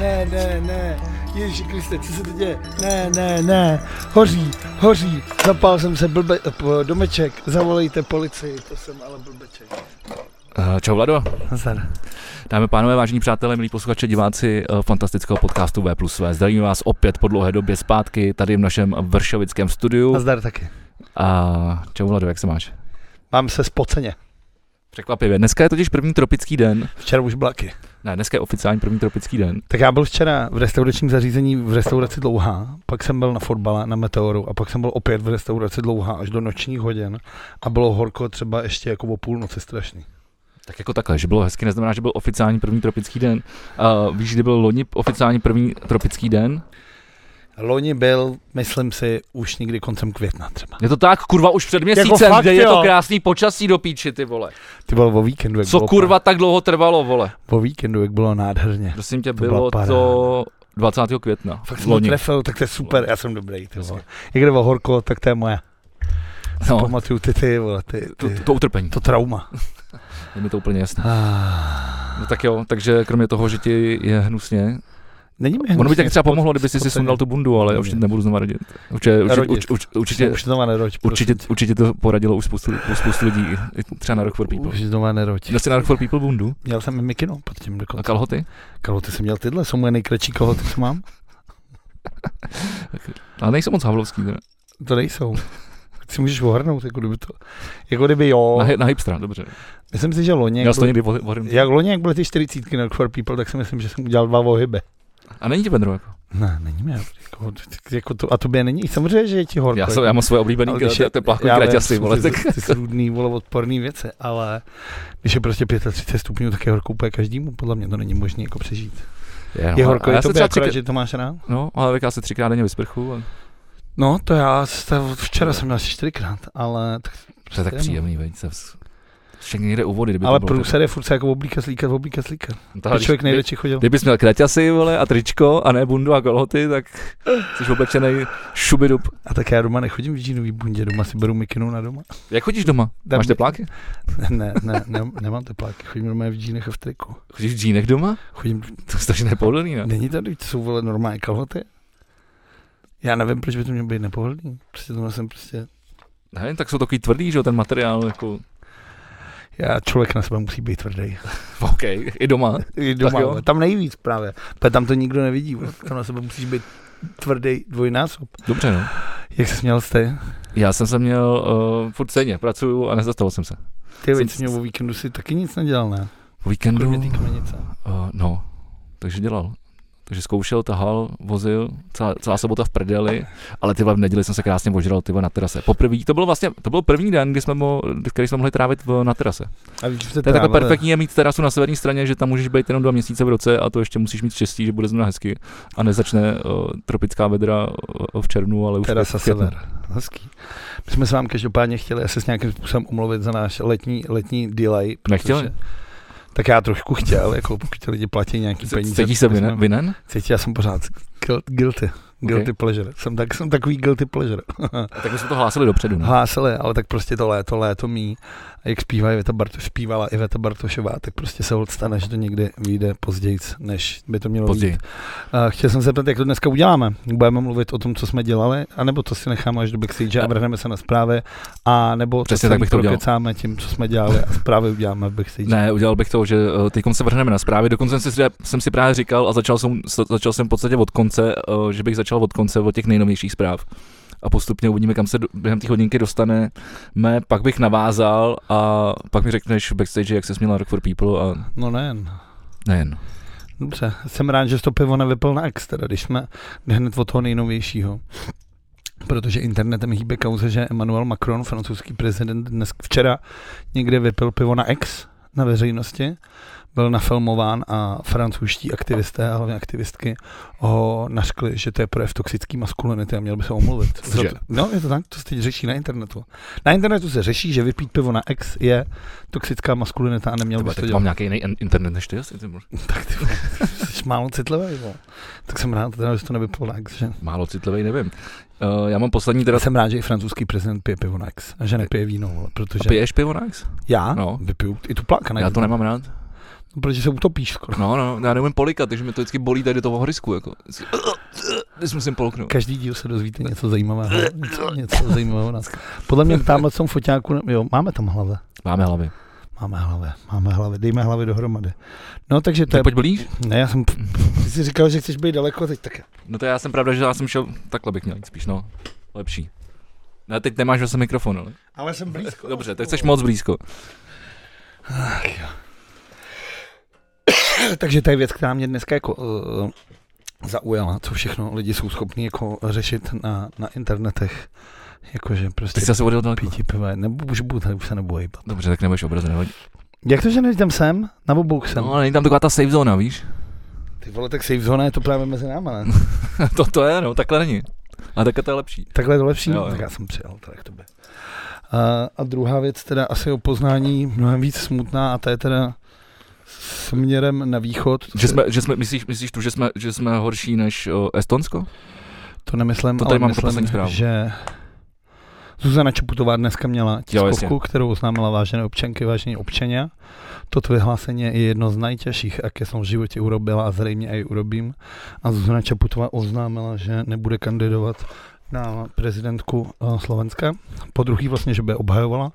ne, ne, ne. Ježíši Kriste, co se to děje? Ne, ne, ne. Hoří, hoří. Zapál jsem se blbe, p- domeček. Zavolejte policii, to jsem ale blbeček. Eh, Čau Vlado. Nazdar. Dámy a pánové, vážení přátelé, milí posluchači, diváci eh, fantastického podcastu V plus V. Zdravím vás opět po dlouhé době zpátky tady v našem vršovickém studiu. Nazdar taky. A čau Vlado, jak se máš? Mám se spoceně. Překvapivě. Dneska je totiž první tropický den. Včera už blaky. Ne, dneska je oficiální první tropický den. Tak já byl včera v restauračním zařízení v restauraci Dlouhá, pak jsem byl na fotbale na Meteoru a pak jsem byl opět v restauraci Dlouhá až do nočních hodin a bylo horko třeba ještě jako o půlnoci strašný. Tak jako takhle, že bylo hezky, neznamená, že byl oficiální první tropický den. Uh, víš, kdy byl loni oficiální první tropický den? Loni byl, myslím si, už někdy koncem května třeba. Je to tak, kurva, už před měsícem, Jako fakt, kde je jo. to krásný počasí do píči, ty vole. Ty bylo o víkendu, jak Co bylo kurva tak dlouho trvalo, vole? O víkendu, jak bylo nádherně. Prosím tě, To byla bylo to 20. května. Fakt jsem to Loni. trefil, tak to je super, já jsem dobrý. Ty Jasně. vole. Jak jde o horko, tak to je moje. No, Pamatuju ty, ty, vole, ty, to, ty. to utrpení, To trauma. je mi to úplně jasné. Ah. No tak jo, takže kromě toho, že ti je hnusně, Není mi ono by hnusně, tak třeba pomohlo, kdyby si si spoceně. sundal tu bundu, ale já už tě Ne. nebudu znovu rodit. Určitě, určitě, Rodit. určitě, určitě, Už znova neroď. určitě, prosím tě. určitě to poradilo už spoustu, spoustu lidí, i třeba na Rock for People. Už znova neroď. Měl jsi na Rock for People bundu Měl jsem i mikinu pod tím No. a dokonce. kalhoty? Kalhoty jsem měl tyhle, jsou moje nejkratší kalhoty, co mám. Ale nejsou moc havlovský, teda. To nejsou. Tak si můžeš ohrnout, jako kdyby to... Jako kdyby jo. Na, hy- na hipstra, dobře. Myslím si, že loni, No, Měl jak, jsi to byl, někdy v- v Horimce. jak loni, jak byly ty 40 na Rock for People, tak si myslím, že jsem udělal dva ohyby. A není ti bedro, jako. Ne, není mi dobrý, jako, jako to, a tobě není, samozřejmě, že je ti horko. Já, jako, jsem, já mám svoje oblíbený ale krat- je- teplákový já vím, kraťasy, jsou vole, ty, tak ty srůdný, vole, odporný věci, ale když je prostě 35 stupňů, tak je horko úplně každému, podle mě to není možné jako přežít. Je no, horko, a je já to se třeba akorát, třikrát, že to máš rád? no, ale tak já se třikrát denně vysprchu. A... No, to já se- včera jsem měl asi čtyřikrát, ale tak To je tak Téma. příjemný, veď, se vz- všechny někde u vody, kdyby Ale to bylo. průser je furt se jako oblíkat, slíkat, oblíkat, slíkat. tak- No, To když- člověk nejradši chodil. Kdybys měl kraťasy, vole, a tričko, a ne bundu a kolhoty, tak jsi oblečený šubidub. A tak já doma nechodím v džínový bundě, doma si beru mikinu na doma. Jak chodíš doma? Dám- Máš tepláky? Ne, ne, ne, nemám tepláky, chodím doma v džínech a v triku. Chodíš v džínech doma? Chodím, To je strašně nepohodlný, ne? není tady, to jsou vole normální kalhoty. Já nevím, proč by to mělo být nepohodlný. Prostě to jsem prostě, ne? tak jsou takový tvrdý, že jo, ten materiál, jako, já člověk na sebe musí být tvrdý. OK, i doma. I doma, Tak jo. vole, tam nejvíc právě, protože tam to nikdo nevidí, vole. tam na sebe musíš být tvrdý dvojnásob. Dobře, no. Jak jsi měl jste? Já jsem se měl uh, furt stejně, pracuju a nezastavil jsem se. Ty Jsem- věci měl o víkendu si taky nic nedělal, ne? O víkendu, Kromě uh, té kamenice. no, takže dělal. Takže zkoušel, tahal, vozil, celá, celá sobota v prdeli, ale tyhle v neděli jsem se krásně ožral tyhle na terase. Poprvý, to byl vlastně, to byl první den, kdy jsme mo, který jsme mohli trávit v, na terase. A víš, že To je takhle perfektní je mít terasu na severní straně, že tam můžeš být jenom dva měsíce v roce a to ještě musíš mít štěstí, že bude zrovna hezky a nezačne uh, tropická vedra uh, v červnu, ale už Terasa v květnu. Sever. Hezký. My jsme se vám každopádně chtěli asi s nějakým způsobem omluvit za náš letní, letní delay. protože- Nechtěli? Tak já trošku chtěl, jako pokud ti lidi platí nějaký C- peníze. Cítíš se tak vinen? jsme- vinen? Cítí, já jsem pořád guil- guilty. Guilty Okay. pleasure. Jsem, tak, jsem takový guilty pleasure. Tak my jsme to hlásili dopředu. no. Ne? Hlásili, ale tak prostě to léto, léto mí. A jak zpívá Iveta Bartoš, zpívala Iveta Bartošová, tak prostě se hod stane, že to někdy vyjde později, než by to mělo Později. A Chtěl jsem se zeptat, jak to dneska uděláme. Budeme mluvit o tom, co jsme dělali, anebo to si necháme až do backstage a A- vrhneme se na zprávy, a nebo Přesně to tak bych to udělal. prokecáme tím, co jsme dělali a zprávy uděláme v backstage. Ne, udělal bych to, že teď se vrhneme na zprávy. Dokonce jsem si, jsem si právě říkal a začal jsem, s- začal jsem v podstatě od konce, eh, že bych začal od konce od těch nejnovějších zpráv. A postupně uvidíme, kam se do- během té hodinky dostaneme. Pak bych navázal a pak mi řekneš v backstage, jak se měl na Rock for People a No ne, nejen. dobře. Jsem rád, že jsi to pivo nevypil na ex, teda, když jsme hned od toho nejnovějšího. Protože internetem hýbe kauze, že Emmanuel Macron, francouzský prezident, dnes včera někde vypil pivo na ex na veřejnosti. Byl nafilmován a francouzští aktivisté, a hlavně aktivistky, ho naškli, že to je projev toxický maskulinity a měl by se omluvit. Cože? Za to- No, je to tak, to se teď řeší na internetu. Na internetu se řeší, že vypít pivo na ex je toxická maskulinita a neměl Tyba, by to tak dělat. mám nějaký jiný in- internet než ty, asi, ty vole. Tak ty vole, jsi málo citlivý, vole. Tak jsem rád, teda, že to nevypil na ex, že? málo citlivý, nevím. Uh, já mám poslední teda... Jsem rád, že i francouzský prezident pije pivo na ex a že nepije víno, vole, protože A piješ pivo Nice? já No. vypiju i tu pláka na Já ex. to nemám rád. protože se utopíš skoro. No, no, já neumím polikat, takže mi to vždycky bolí tady do toho horisku, jako. Vždycky, vždycky musím polknout. Každý díl se dozvíte něco zajímavého. Něco zajímavého nás. Podle mě tamhle v tom foťáku, jo, máme tam hlave. Máme hlavy. Máme hlavy, máme hlavy, dejme hlavy dohromady. No takže to Tak je, pojď blíž. ne, já jsem, ty jsi říkal, že chceš být daleko, teď tak No to já jsem pravda, že já jsem šel, takhle bych měl jít spíš, no. Lepší. No teď nemáš zase mikrofon, ale. Ale jsem blízko. Dobře, tak jsi moc blízko. Takže to je věc, která mě dneska jako uh, zaujala, co všechno lidi jsou schopní jako řešit na, na internetech. Jakože prostě Ty jsi zase odjel daleko. pítí piva, nebo už budu, tady už se nebudu hýbat. Dobře, tak nebudeš obraz, nevadí. Jak to, že nejdem sem? Na bobouk sem. No, ale není tam taková ta safe zóna, víš? Ty vole, tak safe zóna je to právě mezi náma, ne? to, to je, no, takhle není. A takhle to je lepší. Takhle je to lepší? Jo, jo. Tak já jsem přijel teda k tobě. A, a druhá věc teda asi o poznání mnohem víc smutná a to je teda směrem na východ. Že jsme, že jsme, myslíš, myslíš tu, že jsme, že jsme horší než o, Estonsko? To nemyslím, To tady ale mám jako myslím, poslední zprávu. že Zuzana Čeputová dneska měla tiskovku, jasně. kterou oznámila vážené občanky, vážení občania. Toto vyhlásení je jedno z nejtěžších, jaké jsem v životě urobila a zřejmě i urobím. A Zuzana Čeputová oznámila, že nebude kandidovat na prezidentku eh, Slovenska. Po druhý vlastně, že by je obhajovala.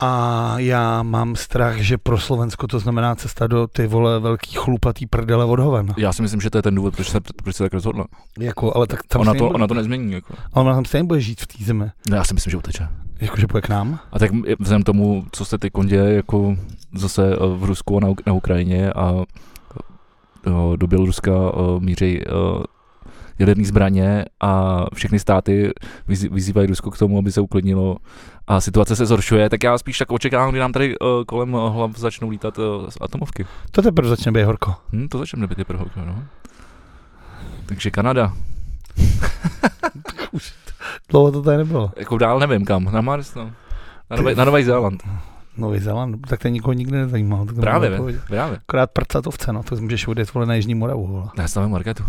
A já mám strach, že pro Slovensko to znamená cesta do ty vole velký chlupatý prdele od hoven. Já si myslím, že to je ten důvod, proč se, proč se tak rozhodla. Jako, ale tak tam Ona stejně to, bude- ona to nezmění, jako. ale ona tam stejně bude žít v té zemi. No, já si myslím, že uteče. Jakože půjde k nám? A tak vzhledem tomu, co se teď děje, jako zase eh, v Rusku a na, Uk- na Ukrajině a eh, do Běloruska eh, míří eh, jaderné zbraně a všechny státy vyzý- vyzývají Rusko k tomu, aby se uklidnilo a situace se zhoršuje, tak já spíš tak očekávám, kdy nám tady eh, kolem eh, hlav začnou lítat eh, z atomovky. To teprve začne být horko. Hm, to začne být teprve, no. Takže Kanada. Dlouho to tady nebylo. Jako dál nevím kam, na Mars, no. Na, Nové, na Nový Zéland, Nový Zéland, tak to nikoho nikdy nezajímalo. Tak to Právě, bylo ne? odpověď. právě. Akorát prcatovce, no, to můžeš odjet vole na Jižní Moravu, vole. Na stavě Marketu.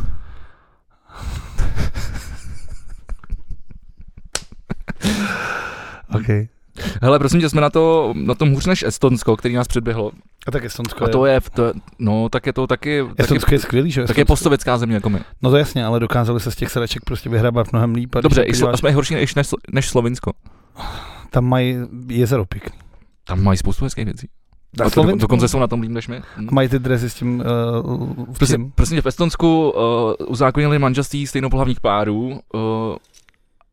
Okay. Hele, prosím tě, jsme na, to, na tom hůř než Estonsko, který nás předběhlo. A tak Estonsko A to je, to je no tak je to taky, taky, Estonsko je skvělý, že? jo? tak je postsovětská země jako my. No to jasně, ale dokázali se z těch sedaček prostě vyhrabat mnohem líp. a když Dobře, se i slo, podíváš, jsme i horší než, než, Slo- než Slovinsko. Tam mají jezero pěkný. Tam mají spoustu hezkých věcí. Na A to, Slovensku dokonce jsou na tom líp než my. Hm. Mají ty dresy s tím, uh, v Prosím, tím. prosím tě, v Estonsku uh, uzákonili manželství stejnopohlavních párů uh,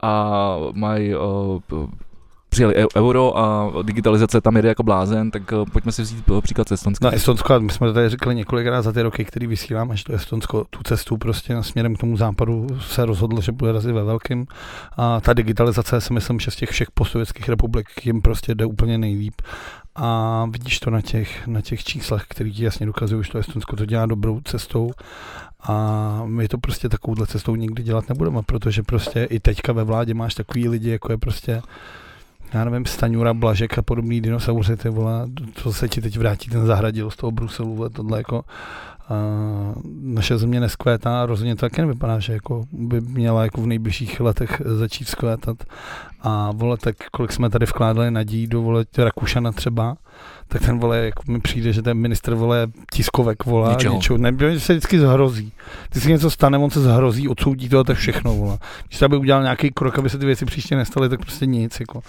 a mají uh, p- přijeli eu- euro a digitalizace tam jede jako blázen, tak uh, pojďme si vzít uh, příklad z Estonska. Na No, Estonsko, a my jsme to tady řekli několikrát za ty roky, který vysíláme, že to Estonsko tu cestu prostě na směrem k tomu západu se rozhodlo, že bude razit ve velkým. A ta digitalizace, si myslím, že z těch všech postsovětských republik jim prostě jde úplně nejlíp. A vidíš to na těch, na těch číslech, které ti jasně dokazují, že to Estonsko to dělá dobrou cestou. A my to prostě takovouhle cestou nikdy dělat nebudeme, protože prostě i teďka ve vládě máš takový lidi, jako je prostě já nevím, Staňura, Blažek a podobný dinosauři, ty vole, co se ti teď vrátí ten zahradil z toho Bruselu, vole, tohle jako a naše země neskvétá a rozhodně to taky nevypadá, že jako by měla jako v nejbližších letech začít skvétat a vole, tak kolik jsme tady vkládali nadějí do vole Rakušana třeba, tak ten vole, jako mi přijde, že ten minister vole tiskovek volá Ničeho. něčeho, nebo že se vždycky zhrozí. Ty si něco stane, on se zhrozí, odsoudí to a to je všechno vole. Když třeba by udělal nějaký krok, aby se ty věci příště nestaly, tak prostě nic jako.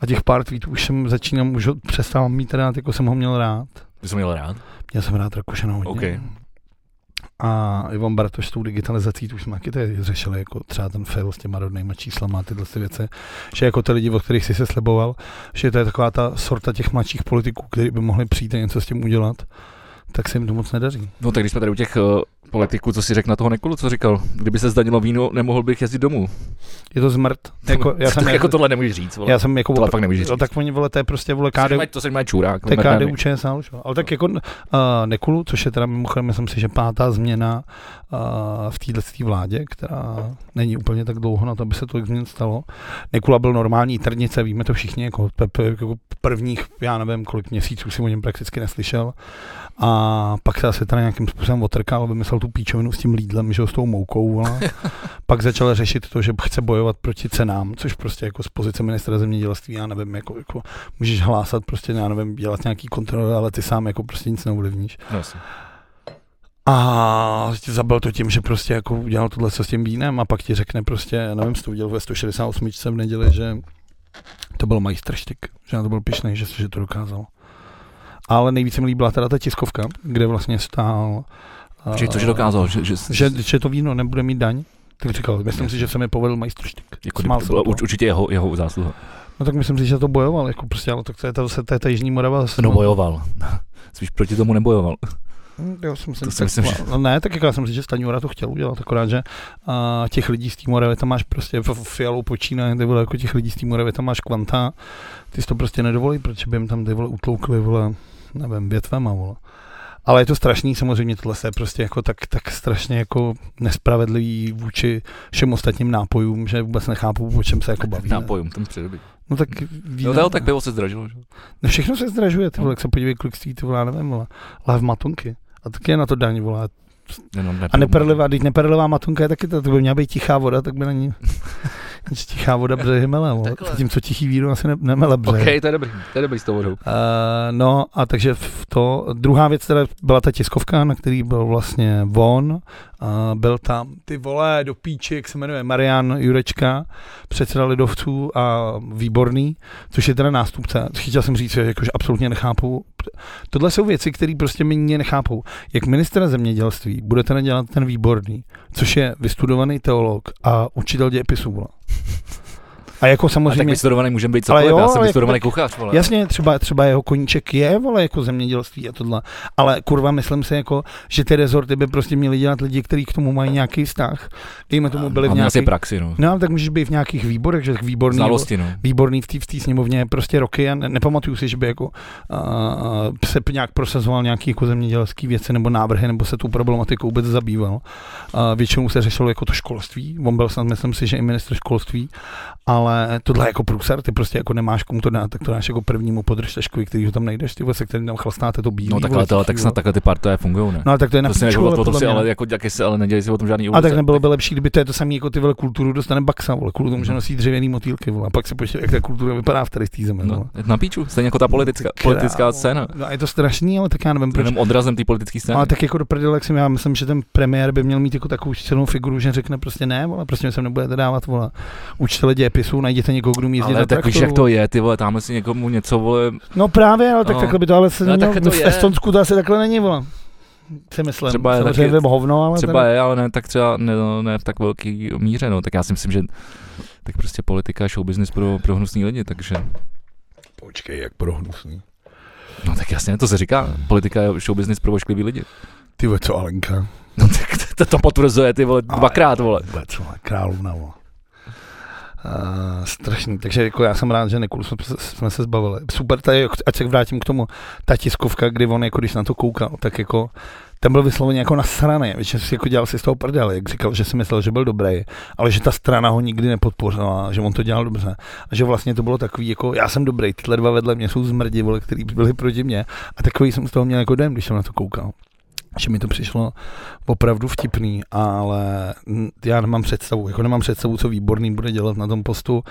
A těch pár tweetů už jsem začínám, už ho přestávám mít rád, jako jsem ho měl rád. Ty jsi měl rád? Měl jsem rád Rakušana hodně. OK. A Ivan Bartoš s tou digitalizací, tu už jsme taky tady řešili, jako třeba ten fail s těma rodnýma číslama a tyhle ty věci, že jako ty lidi, od kterých jsi se sliboval, že to je taková ta sorta těch mladších politiků, kteří by mohli přijít a něco s tím udělat, tak se jim to moc nedaří. No tak když jsme tady u těch uh, politiků, co si řekl na toho Nekulu, co říkal, kdyby se zdanilo víno, nemohl bych jezdit domů. Je to zmrt. Jako, já, jsem, tak jako tohle nemůžeš říct, vole. já jsem jako, tohle fakt nemůžeš no, říct. tak oni vole, to je prostě vole To KDU, má- to se má čurák. To je normálně. KDU ČSL, že? jo. ale tak jako uh, Nekulu, což je teda mimochodem, myslím si, že pátá změna uh, v této vládě, která není úplně tak dlouho na to, aby se tolik změn stalo. Nekula byl normální trnice, víme to všichni, jako, pe- pe- jako prvních, já nevím, kolik měsíců si o něm prakticky neslyšel. A A pak se asi teda nějakým způsobem otrkal, vymyslel tu píčovinu s tím lídlem, že jo, s tou moukou. Vole. pak začal řešit to, že chce bojovat proti cenám, což prostě jako z pozice ministra zemědělství, já nevím, jako, jako můžeš hlásat prostě, já nevím, dělat nějaký kontroly, ale ty sám jako prostě nic neovlivníš. No, jasně. A zabil to tím, že prostě jako udělal tohle co s tím vínem a pak ti řekne prostě, já nevím, jsi to udělal ve 168 v neděli, že to byl majstrštyk, že na to byl pišnej, že, že to dokázal. Ale nejvíce mi líbila teda ta tiskovka, kde vlastně stál... a, Že to, že dokázal, že, jako že, Že, že to víno nebude mít daň. Tak říkal, myslím si, že se mi povedl majstrštyk. jako smál kdyby to se byla do toho. urč- určitě jeho, jeho zásluha. No tak myslím si, že to bojoval, jako prostě, ale tak to je ta, zase- to je ta Jižní Morava. No bojoval. Spíš proti tomu nebojoval. Hm, Já jsem si To si myslím, že- no, ne, tak jako já jsem si, že Staňura to chtěl udělat, akorát, že a, těch lidí z té Moravy tam máš prostě v v Fialou počínaje, ty vole, jako těch lidí z té Moravy tam máš kvanta, ty si to prostě nedovolí, protože by jim tam ty vole utloukli, vole, nevím, větvema, vole. Ale je to strašný, samozřejmě tohle se prostě jako tak, tak strašně jako nespravedlivý vůči všem ostatním nápojům, že vůbec nechápu, o čem se jako bavíme. Nápojům, ten přidobí. No tak No, víno, to jo, tak pivo se zdražilo. Že? No všechno se zdražuje, ty vole, jak se podívej, kolik stojí, ty vole, já nevím, vole, lahev matonky. A taky je na to daň, vole, Jenom a neperlivá, teď neperlivá matonka je taky, ta, to by měla být tichá voda, tak by na ní Jenže tichá voda břehy mele, vole. Takhle. zatímco tichý víno asi ne, nemele břehy. OK, to je dobrý, to je dobrý s tou vodou. Uh, no a takže v to, druhá věc teda byla ta tiskovka, na který byl vlastně von, uh, byl tam ty vole do píči, jak se jmenuje, Marian Jurečka, předseda Lidovců a výborný, což je teda nástupce. Chtěl jsem říct, že jakože absolutně nechápu. Tohle jsou věci, které prostě mě nechápou. Jak ministra zemědělství bude teda dělat ten výborný, což je vystudovaný teolog a učitel dějepisu. vole. A jako A tak samozřejmě... vystudovaný můžeme být Ale cokoliv, jo, já jsem ale vystudovaný jak- kuchař, vole. Jasně, třeba, třeba jeho koníček je, vole, jako zemědělství a tohle, ale kurva, myslím si, jako, že ty rezorty by prostě měli dělat lidi, kteří k tomu mají nějaký vztah. Dejme tomu, byli A v měl si nějaký... praxi, no. No, ale tak můžeš být v nějakých výborech, že tak výborný, Znalosti, no. výborný v té v té sněmovně prostě roky a ne, nepamatuju si, že by jako a, se p- nějak prosazoval nějaký jako zemědělský věci nebo návrhy, nebo se tu problematikou vůbec zabýval. A většinou se řešilo jako to školství, on byl snad, myslím si, že i ministr školství, ale tohle je jako průser, ty prostě jako nemáš komu to dát, tak to dáš jako prvnímu podržtaškovi, který ho tam najdeš, ty vole, se kterým tam chlastáte to bílý. No tak vole, ale, to- ale tak vole. snad takhle ty partaje fungují, ne? No ale tak to je na to si piču, jako, vole, to, to, podle si mě, ne? ale jako jaké se, ale nedělej si o tom žádný A úvod. tak nebylo by lepší, kdyby to je to samé, jako ty vole kulturu dostane baksa, vole, kvůli tomu, že Mhm. nosí dřevěný motýlky, vole, a pak se počítá, jak ta kultura vypadá v tady z té zemi. vole. No, je to na píču, stejně jako ta politická, Ty krávo. politická scéna. No a je to strašný, ale tak já nevím To je proč. Jenom odrazem té politické scény. Ale tak jako do prdele, jak jsem, já myslím, že ten premiér by měl mít jako takovou silnou figuru, že řekne prostě ne, vole, prostě mi sem nebudete dávat, vole. Učitele dějepisu, najděte někoho, kdo umí jezdit Ale na tak víš, traktoru. jak to je, ty vole, tamhle si někomu něco, vole, No právě, ale tak No. takhle by to ale se No, nemělo, takhle to v je. Estonsku to asi takhle není, vole. Si myslím, Třeba je samozřejmě taky- vím hovno, ale třeba teda, je, ale ne tak třeba ne, no, ne v tak velký míře, no, tak já si myslím, že tak prostě politika a show business pro, pro hnusný lidi, takže, Počkej, jak prohnusný. no tak jasně, to se říká, politika je show business pro ošklivý lidi. Ty ve co Alenka? No tak to, to potvrzuje, ty vole, Ale- dvakrát, vole. Vůbec, vole, královna, vole. Uh, strašný, takže jako já jsem rád, že Nikolu jsme, jsme se zbavili. Super, tady, ať se vrátím k tomu, ta tiskovka, kdy on jako když na to koukal, tak jako ten byl vysloveně jako nasraný, že si jako dělal si z toho prdel, jak říkal, že si myslel, že byl dobrý, ale že ta strana ho nikdy nepodpořila, že on to dělal dobře a že vlastně to bylo takový jako, já jsem dobrý, tyhle dva vedle mě jsou zmrdi, vole, který byli proti mě a takový jsem z toho měl jako dojem, když jsem na to koukal že mi to přišlo opravdu vtipný, ale mm, já nemám představu, jako nemám představu, co výborný bude dělat na tom postu.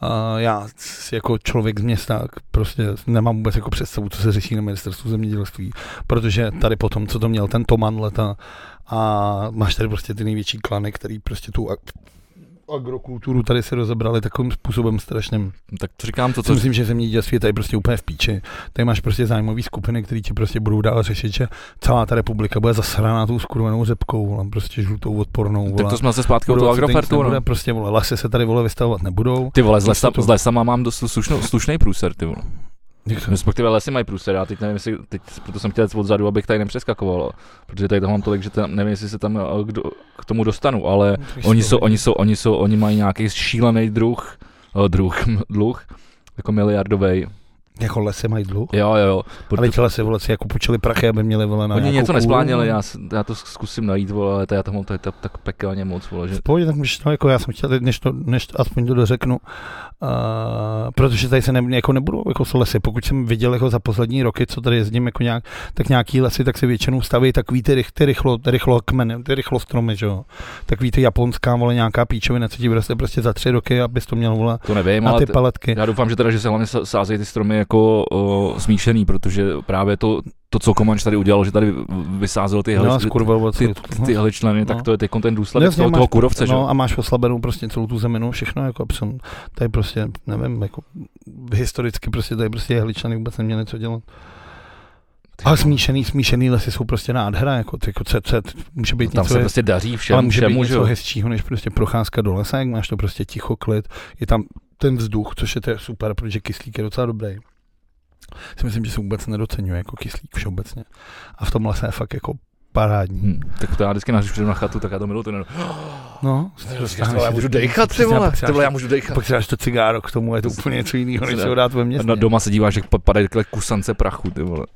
A Já s- jako člověk z města tak prostě nemám vůbec jako představu, co se řeší na ministerstvu zemědělství, protože tady potom, co to měl ten Toman leta a máš tady prostě ty největší klany, který prostě tu ag- agrokulturu tady si rozebrali takovým způsobem strašným. Tak to říkám to, Co co myslím, že zemědělství je tady prostě úplně v píči. Tady máš prostě zájmové skupiny, které ti prostě budou dál řešit, že celá ta republika bude zasraná tou skurvenou řepkou, vole, prostě žlutou odpornou. Vole. tak to jsme se zpátky od Budou toho se tady nic Agrofertu, nebude, no. Prostě vole, lesy se tady vole vystavovat nebudou. Ty vole, z lesa, Místo toho- z lesa má- mám dost slušnou, slušnej průser, ty vole. Jak to- Respektive lesy mají průser, já teď nevím, jestli, teď, proto jsem chtěl jít odzadu, abych tady nepřeskakoval, protože tady toho mám tolik, že tam, nevím, jestli se tam eh, kdo, k tomu dostanu, ale oni jsou, oni jsou, oni jsou, oni mají nějaký šílený druh, eh, druh, dluh, jako miliardový Jako lesy mají dluh. Jo, jo, jo. Ale ti lesy vole, si jako půjčili prachy, aby měli vole na Oni nějakou něco kůru. nesplánili, já, s- já to zkusím najít, vole, ale to já tam mám to je tak, tak pekelně moc, vole, že... V pohodě, tak můžeš, no, jako já jsem chtěl, než, to, než to aspoň to dořeknu, uh, protože tady se ne, jako nebudou jako s lesy. Pokud jsem viděl jako za poslední roky, co tady jezdím jako nějak, tak nějaký lesy, tak se většinou staví takový ty, rych- ty rychlo, ty rychlo kmeny, ty rychlo stromy, že jo. Takový ty japonská, vole, nějaká píčovina, co ti vyroste prostě za tři roky, abys to měl, vole, To nevím, na ale ty t- paletky. já doufám, že teda, že se hlavně sa- sázejí ty stromy jako o, smíšený, protože právě to, to, co Komanč tady udělal, že tady vy- vysázel ty, No, hele, z kurva, vole, ty, co- ty, ty heličleny, tak No. to je teď ten důsledek Jasně, toho, máš- toho kurovce, že? no, a máš oslabenou prostě celou tu zeminu, všechno, jako absent. Tady prostě, nevím, jako historicky prostě tady prostě jehličany vůbec neměli co dělat. Ty Ale vole. smíšený, smíšený lesy jsou prostě nádhera, jako, ty, jako co, co, může být Tam něco, se je- prostě daří všem, ale může všemu, být že něco jo? hezčího, než prostě procházka do lesa, jak máš to prostě ticho, klid, je tam ten vzduch, což je, to je super, protože kyslík je docela dobrý. Si myslím, že se vůbec nedocenuje jako kyslík všeobecně. A v tom lese je fakt jako parádní. Hm, tak to já vždycky, když přijdu na chatu, tak já to miluji, to jenom, No, "Hele, já můžu dejchat, ty Přesně, vole, pak si ty vole, dáš- já můžu dejchat. Pak si dáš to cigáro k tomu, je to Přesně. úplně něco jiného, než Přesně. se ho dát ve A městě. na doma se díváš, jak pa- padají takhle kusance prachu, ty vole.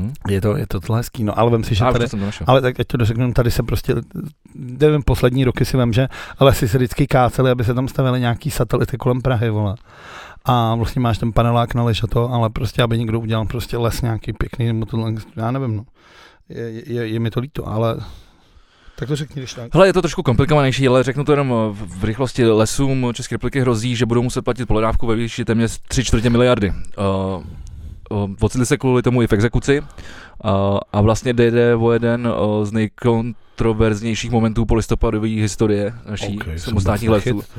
Hm? Je to, je to tohle hezký, no ale vem si, že A, tady, už jsem to našel. ale tak teď to dořeknu, tady se prostě, nevím, poslední roky si vem, že, ale si se vždycky káceli, aby se tam stavili nějaký satelity kolem Prahy, vole. A vlastně máš ten panelák na ležato, ale prostě, aby někdo udělal prostě les nějaký pěkný, nebo tohle, já nevím, no. Je, je, je mi to líto, ale tak to řekni, když tak. Hele, je to trošku komplikovanější, ale řeknu to jenom eh, v v rychlosti. Lesům České republiky hrozí, že budou muset platit pohledávku ve výši téměř 3 čtvrtě miliardy. Uh, uh, ocitli se kvůli tomu i v exekuci uh, a vlastně jde o jeden uh, z nejkontroverznějších momentů polistopadové historie naší okay, jsem samostatních byl lesů. zachyt.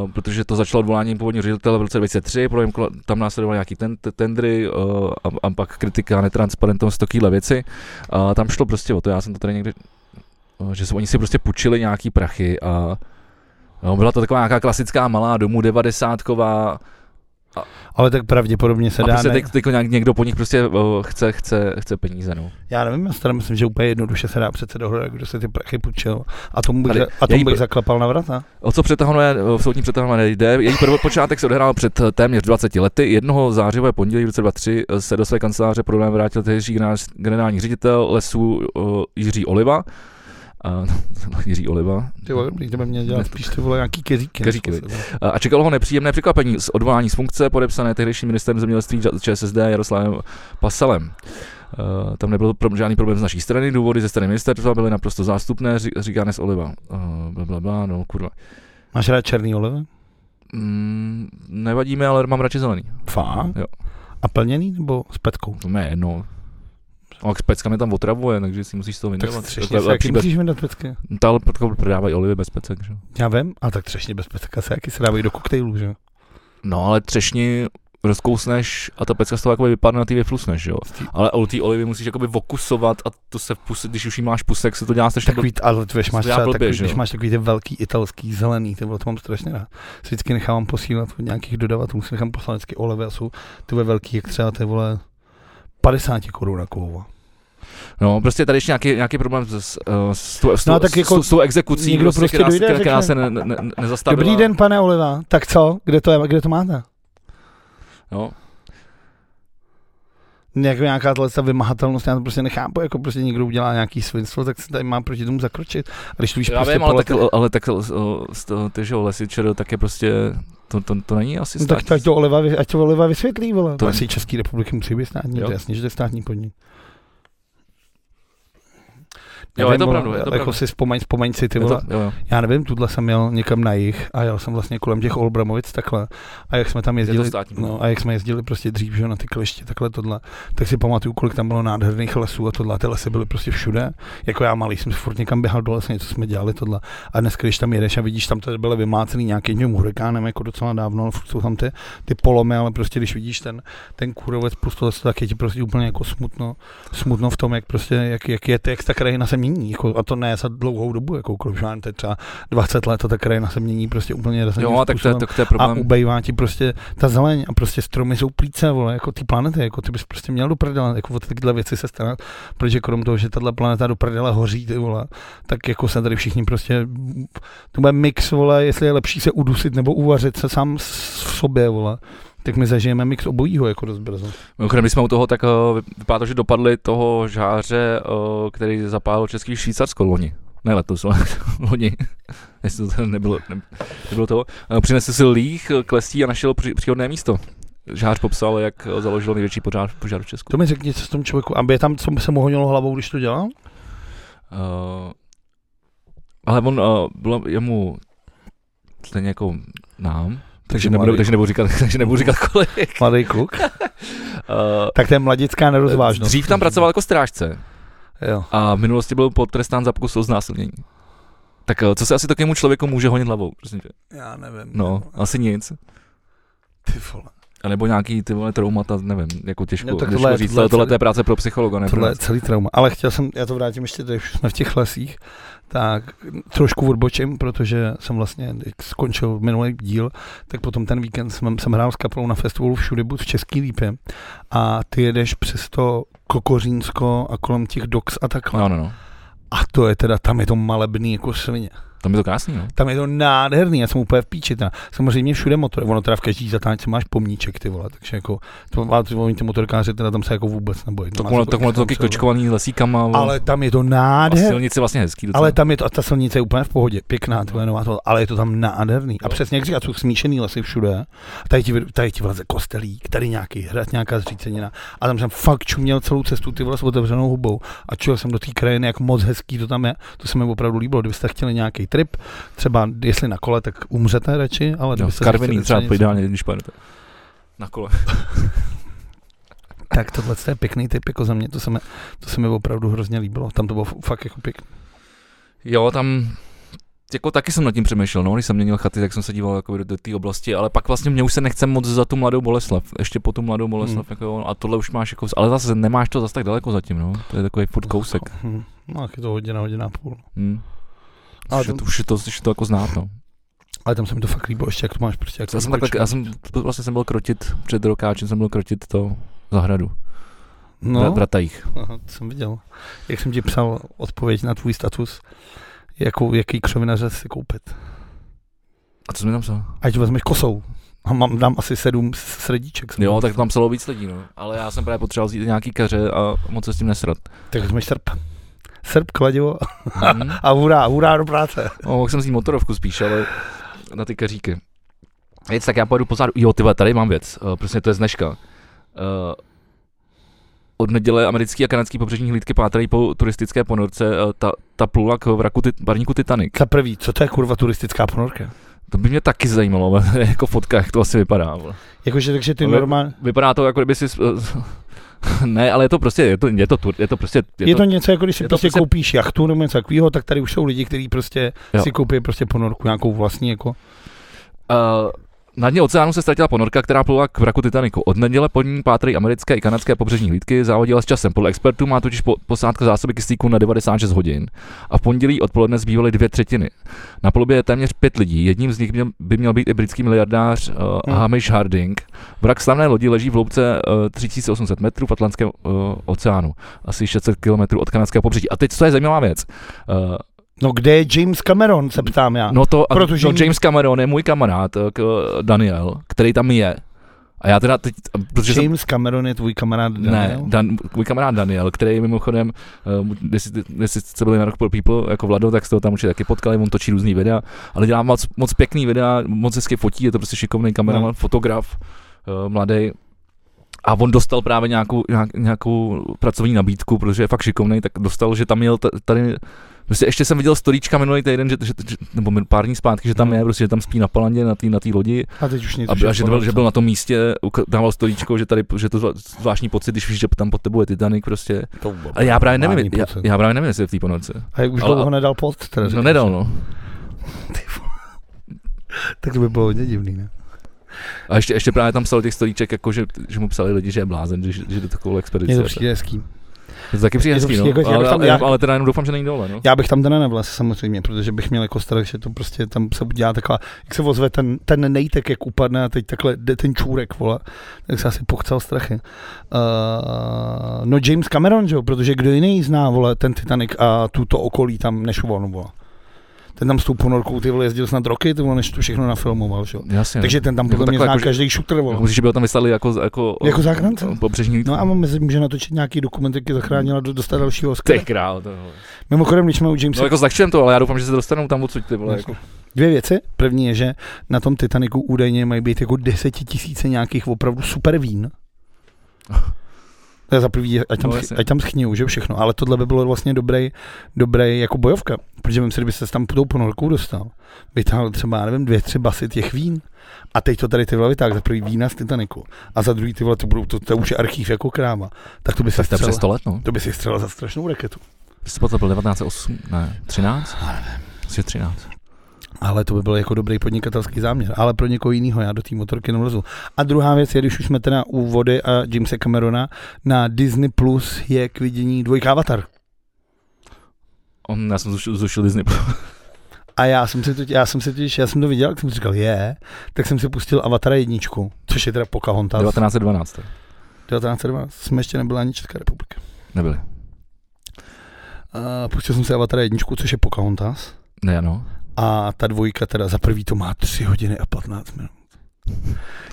Uh, protože to začalo odvoláním původního ředitele v roce 2003, potom kola- tam následovaly nějaký ten, t- tendry uh, a, a, pak kritika netransparentnost takovéhle věci. A tam šlo prostě o to, já jsem to tady někde, uh, že se, oni si prostě půjčili nějaký prachy a no, byla to taková nějaká klasická malá domů devadesátková Ale tak pravděpodobně se a dá, prostě ne- teď, teď nějak, někdo po nich prostě uh, chce, chce, chce peníze. No. Já nevím, já si teda myslím, že úplně jednoduše se dá přece dohledat, kdo se ty prachy půjčil. A tomu bych, Tady, za- a já tomu jí- bych zaklepal na vrata. O co přetahované, v soudní přetahované jde, její prvopočátek se odehrál před eh, téměř 20 lety. Jednoho zářivé pondělí v roce 2003 se do své kanceláře problém vrátil tehdejší generál- generální ředitel lesů eh, Jiří Oliva. A, Jiří Oliva. Ty vole, dobrý, to by mě dělat Ne, spíš ty vole nějaký keříky. než Keříky, to se- Eh, A čekalo ho nepříjemné překvapení z odvolání z funkce podepsané tehdejším ministrem zemědělství ČSSD Jaroslavem Paselem. Eh, Tam nebyl pro, žádný problém z naší strany, důvody ze strany ministerstva byly naprosto zástupné, ří- říká dnes Oliva. Eh, Bla, bla, bla, no kurva. Máš rád černý olivy? Mm, nevadíme, ale mám radši zelený. Fá. Jo. A plněný nebo s petkou? To mě je jedno. A no. jak pecka mě tam otravuje, takže si musíš z toho Tak vyndovat. třešně se jaký musíš vyndat pecky? Ta ale proto prodávají olivy bez pecek, že? jo. Já vím, a tak třešně bez pecka se jaký se dávají do koktejlů, že? jo? No ale třešni rozkousneš a ta pecka z toho jakoby vypadne a ty vyflusneš, že jo. Ale o ty olivy musíš jakoby vokusovat a to se v puse, když už jí máš pusek, se to dělá strašně blb- Takový, ale ty víš, máš To já třeba blbě, takový, že jo? když máš takový ty velký italský zelený, ty vole, to mám strašně rád. Si vždycky nechávám posílat od nějakých dodavatelů, si nechám poslanecky olivy a jsou ty vole velký, jak třeba ty vole 50 korun na kouva. No, prostě tady ještě nějaký, nějaký problém s, s, s, tou, s, tou- No, tak s, jako s, tou exekucí, někdo prostě, prostě která, dojde a která, která se řekne- ne, ne, ne, nezastavila. Dobrý den, pane Oliva. Tak co? Kde to, je, kde to máte? No, Jako nějaká tahle ta vymahatelnost, já to prostě nechápu, jako prostě někdo udělá nějaký svinstvo, tak se tady má proti tomu zakročit. A když to víš já prostě vím, po ale tak, letech- ale tak eh, o, s- o, ty, že jo, lesičer, tak je prostě, to, to, to není asi No, tak to, ať to Oliva, vy- ať to Oliva vysvětlí, vole. To- To asi České republiky musí být státní, Jo. to je jasně, že to je státní podnik. Jo, Nevím, je to vole, pravda, je to Jako pravda. si vzpomeň, vzpomeň si ty Je to- vole. jo, jo. Já nevím, tuhle jsem jel někam na jich a jel jsem vlastně kolem těch Olbramovic takhle. A jak jsme tam Je to jezdili, státní. No a jak jsme jezdili prostě dřív, že jo, na ty kleště, takhle tohle, tak si pamatuju, kolik tam bylo nádherných lesů a tohle, a ty lesy byly prostě všude. Jako já malý jsem furt někam běhal do lesa, něco jsme dělali tohle. A dnes, když tam jedeš a vidíš, tam to byly vymácený nějakým tím hurikánem, jako docela dávno, ale furt jsou tam ty, ty polomy, ale prostě když vidíš ten, ten kůrovec plus to lesu, tak je ti prostě úplně jako smutno, smutno v tom, jak prostě, jak, jak je, jak ta krajina se mění, jako, a to ne za dlouhou dobu, jako už já nevím, to je třeba 20 let a ta krajina se mění prostě úplně razantním Jo, a tak to, je- způsobem tak to je a problém. ubejvá ti prostě ta zeleň a prostě stromy jsou plíce, vole, jako ty planety, jako ty bys prostě měl do prdele, jako o tyhle věci se starat, protože krom toho, že tahle planeta do prdele hoří, ty vole, tak jako se tady všichni prostě, to bude mix, vole, jestli je lepší se udusit nebo uvařit se sám s- v sobě, vole, tak my zažijeme mix obojího jako dost brzo. Mimochodem, když jsme u toho, tak uh, vypadá to, že dopadli toho žáře, uh, který zapálil český Švýcarsko loni. Ne letos, ale loni. Jestli to tady nebylo, ne, nebylo toho. Uh, Přinesl si líh, klestí a našel při, příhodné místo. Žář popsal, jak uh, založil největší požár, požár v Česku. To mi řekni, co s tom člověku, aby je tam, co se mu honilo hlavou, když to dělal? Uh, ale on, uh, bylo jemu stejně jako nám, takže mladý. nebudu, takže nebudu říkat, takže nebudu říkat kolik. Mladý kluk. Uh, Tak to je mladická nerozvážnost. Eh, Dřív tam pracoval jako strážce Jo. a v minulosti byl potrestán za pokus o znásilnění. Tak eh, co se asi takovému člověku může honit hlavou? Prosím tě? Já nevím. No, asi nic. Ty vole. A nebo nějaký ty vole traumata, nevím, jako těžko, No, no, tak těžko tohle je- říct, tohle je tohle, tohle, celý- je práce pro psychologa, ne pro Tohle je nás. celý trauma. Ale chtěl jsem, já to vrátím ještě tady, když jsme v těch lesích, tak trošku odbočím, protože jsem vlastně, jak skončil minulý díl, tak potom ten víkend jsem, jsem hrál s kapelou na festivalu všude buď v Český Lípě a ty jedeš přes to Kokořínsko a kolem těch dox a takhle. No, no, no. A to je teda, tam je to malebný jako svině. Tam je to krásný, no. Tam je to nádherný, já jsem úplně v píči. Teda. Samozřejmě všude motor, ono teda v každý zatáčce máš pomníček, ty vole, takže jako, to, ale ty, oni ty motorkáři teda tam se jako vůbec nebojí. Má Takhle, to takhle to taky extra- kočkovaný lesíkama. vole. Ale tam je to No. a nádherný. silnice vlastně hezký docela. Ale tam je to, a ta silnice je úplně v pohodě, pěkná, tvoje nová, to, ale je to tam nádherný. A Jo. přesně jak říkat, jsou smíšený lesy všude. Tady ti, vy- tady ti vleze kostelík, tady nějaký hrad, nějaká zřícenina. A tam jsem fakt čuměl celou cestu ty vole s otevřenou hubou. A čuměl jsem do té krajiny, jak moc hezký to tam je. To se mi opravdu líbilo. Kdybyste chtěli nějaký trip, třeba jestli na kole, tak umřete radši, ale no, kdybyste se karviný chtěli třeba něco- ideálně, když pojedete. Na kole. Tak tohle je pěkný tip jako za mě, to se, mi, to se mi opravdu hrozně líbilo. Tam to bylo f- fakt jako pěkný. Jo, tam jako taky jsem nad tím přemýšlel, no, když jsem měnil chaty, tak jsem se díval jako do, do té oblasti, ale pak vlastně mě už se nechce moc za tu mladou Boleslav, ještě po tu mladou Boleslav, Hmm. hmm. jako, jo, a tohle už máš jako, ale zase nemáš to zase tak daleko zatím, no, to je takový furt kousek. Hm. No, jak je to hodina, hodina a půl. Hmm. no. Ale Ale už, je to- to, už, je to, už je to jako znát, no. Ale tam se mi to fakt líbilo, ještě jak to máš prostě. Jak Já jsem, tak, kočka. já jsem vlastně jsem byl krotit před rokáčem, jsem byl krotit to zahradu, no. No, v Ratajích. aha, to jsem viděl. Jak jsem ti psal odpověď na tvůj status, jakou, jaký křovinaře si koupit. A co jsi mi tam psal? Ať vezmeš kosou. A mám, dám asi sedm s- srdíček. jsem Jo, dal. tak tam psalo víc lidí, no. Ale já jsem právě potřeboval vzít nějaký keře a moc se s tím nesrat. tak vezmeš srp. Srp, kladivo Hmm. a hurá, hurá do práce. No, mohl jsem vzít motorovku spíš, ale na ty keříky. Věc, tak já pojedu pozadu. Jo, ty vole, tady mám věc. Uh, prostě to je zneška. Uh, od neděle americký a kanadský pobřežní hlídky pátrají po turistické ponorce. Uh, ta, ta plula k vraku ty, barníku Titanic. Za prvý, co to je kurva turistická ponorka? To by mě taky zajímalo, ale jako fotka, jak to asi vypadá. Vole. Jakože takže ty Ale- normálně... Vypadá to, jako kdyby si... s- ne, ale je to prostě, je to, je to, tur, je to prostě... Je, to, něco, jako když si je to prostě prostě- koupíš jachtu nebo něco takového, tak tady už jsou lidi, kteří prostě Jo. si koupí prostě ponorku nějakou vlastní, jako Uh, na dně oceánu se ztratila ponorka, která plula k vraku Titaniku. Od neděle pod ní pátrají americké i kanadské pobřežní hlídky, závodila s časem. Podle expertů má totiž po, posádka zásoby kyslíku na 96 hodin a v pondělí odpoledne zbývaly dvě třetiny. Na palubě je téměř pět lidí, jedním z nich měl, by měl být i britský miliardář uh, Hmm. hmm. Hamish Harding. Vrak slavné lodi leží v hloubce uh, 3800 metrů v Atlantském uh, oceánu, asi 600 kilometrů od kanadského pobřeží. A teď to je zajímavá věc. Uh, No kde je James Cameron, se ptám já. No to, Protože Protože no jim- James Cameron je můj kamarád, eh, k- Daniel, který tam je. A já teda teď, protože jsem, James Cameron je tvůj kamarád ne, Daniel? Dan, můj kamarád Daniel, který je mimochodem, eh, mu- jestli, jestli jste byli na Rock for People jako Vlado, tak jste ho tam určitě taky potkali, on točí různý videa, ale dělá moc, moc pěkný videa, moc hezky fotí, je to prostě šikovný kameraman, No. no. fotograf, eh, mladý. A on dostal právě nějakou, nějak- nějakou pracovní nabídku, protože je fakt šikovný, tak dostal, že tam měl t- tady Prostě ještě jsem viděl storíčka minulý týden, že, že, že, nebo min- pár dní zpátky, že tam Mhm. je, prostě, že tam spí na palandě, na té na tý lodi A teď už nic. a, už je a že, byl, ponorce. že byl na tom místě, uka- dával storíčko, že tady, že to zvla- zvláštní pocit, když víš, že tam pod tebou je Titanic prostě. A já právě nevím, Normální já, pocit. já právě nevím, jestli je v té ponorce. A jak už ale- dlouho nedal pod, teda No řekneš. nedal, no. Tak to by bylo hodně divný, ne? A ještě, ještě právě tam psal těch storíček, jako že, že mu psali lidi, že je blázen, že, že jde takovou expedici. Mně to a tak. přijde hezký. Je to taky přijde Mně to hezký, no. přijde jako- já bych ale, tam- ale, já- ale, teda jenom doufám, že není dole, no. Já bych tam teda nevlesl samozřejmě, protože bych měl jako strach, že to prostě tam se udělá taková, jak se ozve ten, ten nejtek, jak upadne a teď takhle jde ten čůrek, vole, tak se asi pochcel strachy. Uh, no James Cameron, že jo, protože kdo jiný zná, vole, ten Titanic a tuto okolí tam než on, vole. ten tam s tou ponorkou ty vole jezdil snad roky, ty vole, než to všechno nafilmoval, že? jo. Jasně. Takže ten tam Jako podle mě takhle zná jako, že- každý šutr, jako, vole. musíš, že by ho tam vyslali jako, jako, Jako záchrance? Pobřežní. No a myslím, že natočit nějaký dokument, jak je zachránila do- dostat dalšího Oscara. Ty král, to, vole. Mimochodem, když jsme u Jamesa No jako zlehčujeme to, ale já doufám, že se dostanou tam odsud ty vole. Jako. Dvě věci. První je, že na tom Titaniku údajně mají být jako desetitisíce nějakých opravdu super vín. To je za prvý, ať tam, No, no, jasně. ať tam schnijou, že všechno. Ale tohle by bylo vlastně dobrý, dobrý jako bojovka. Protože vím si, kdyby se tam tou ponorkou dostal, vytáhl třeba, já nevím, dvě, tři basy těch vín. A teď to tady ty vole vytáhl za prvý vína z Titaniku. A za druhý ty vole, to, budou, to, to už je archív jako kráva. Tak to by se Tak to je přes střelil. 100 let, no. To by si střelil za strašnou raketu. Vy jste potom byl 1908, ne, 13? Asi 13. Ale to by byl jako dobrý podnikatelský záměr, ale pro někoho jiného já do té motorky nevlezu. A druhá věc je, když už jsme teda u vody a Jamesa Camerona, na Disney Plus je k vidění dvojka Avatar. On, já jsem zrušil, zrušil Disney. A já jsem si to, já jsem si to, já jsem to viděl, tak jsem si říkal, je, tak jsem si pustil Avatara jedničku, což je teda Pocahontas. 1912. tak. 1912, jsme ještě nebyla ani Česká republika. Nebyli. A pustil jsem si Avatara jedničku, což je Pocahontas. Ne, no. ano. A ta dvojka teda za prvý to má 3 hodiny a 15 minut.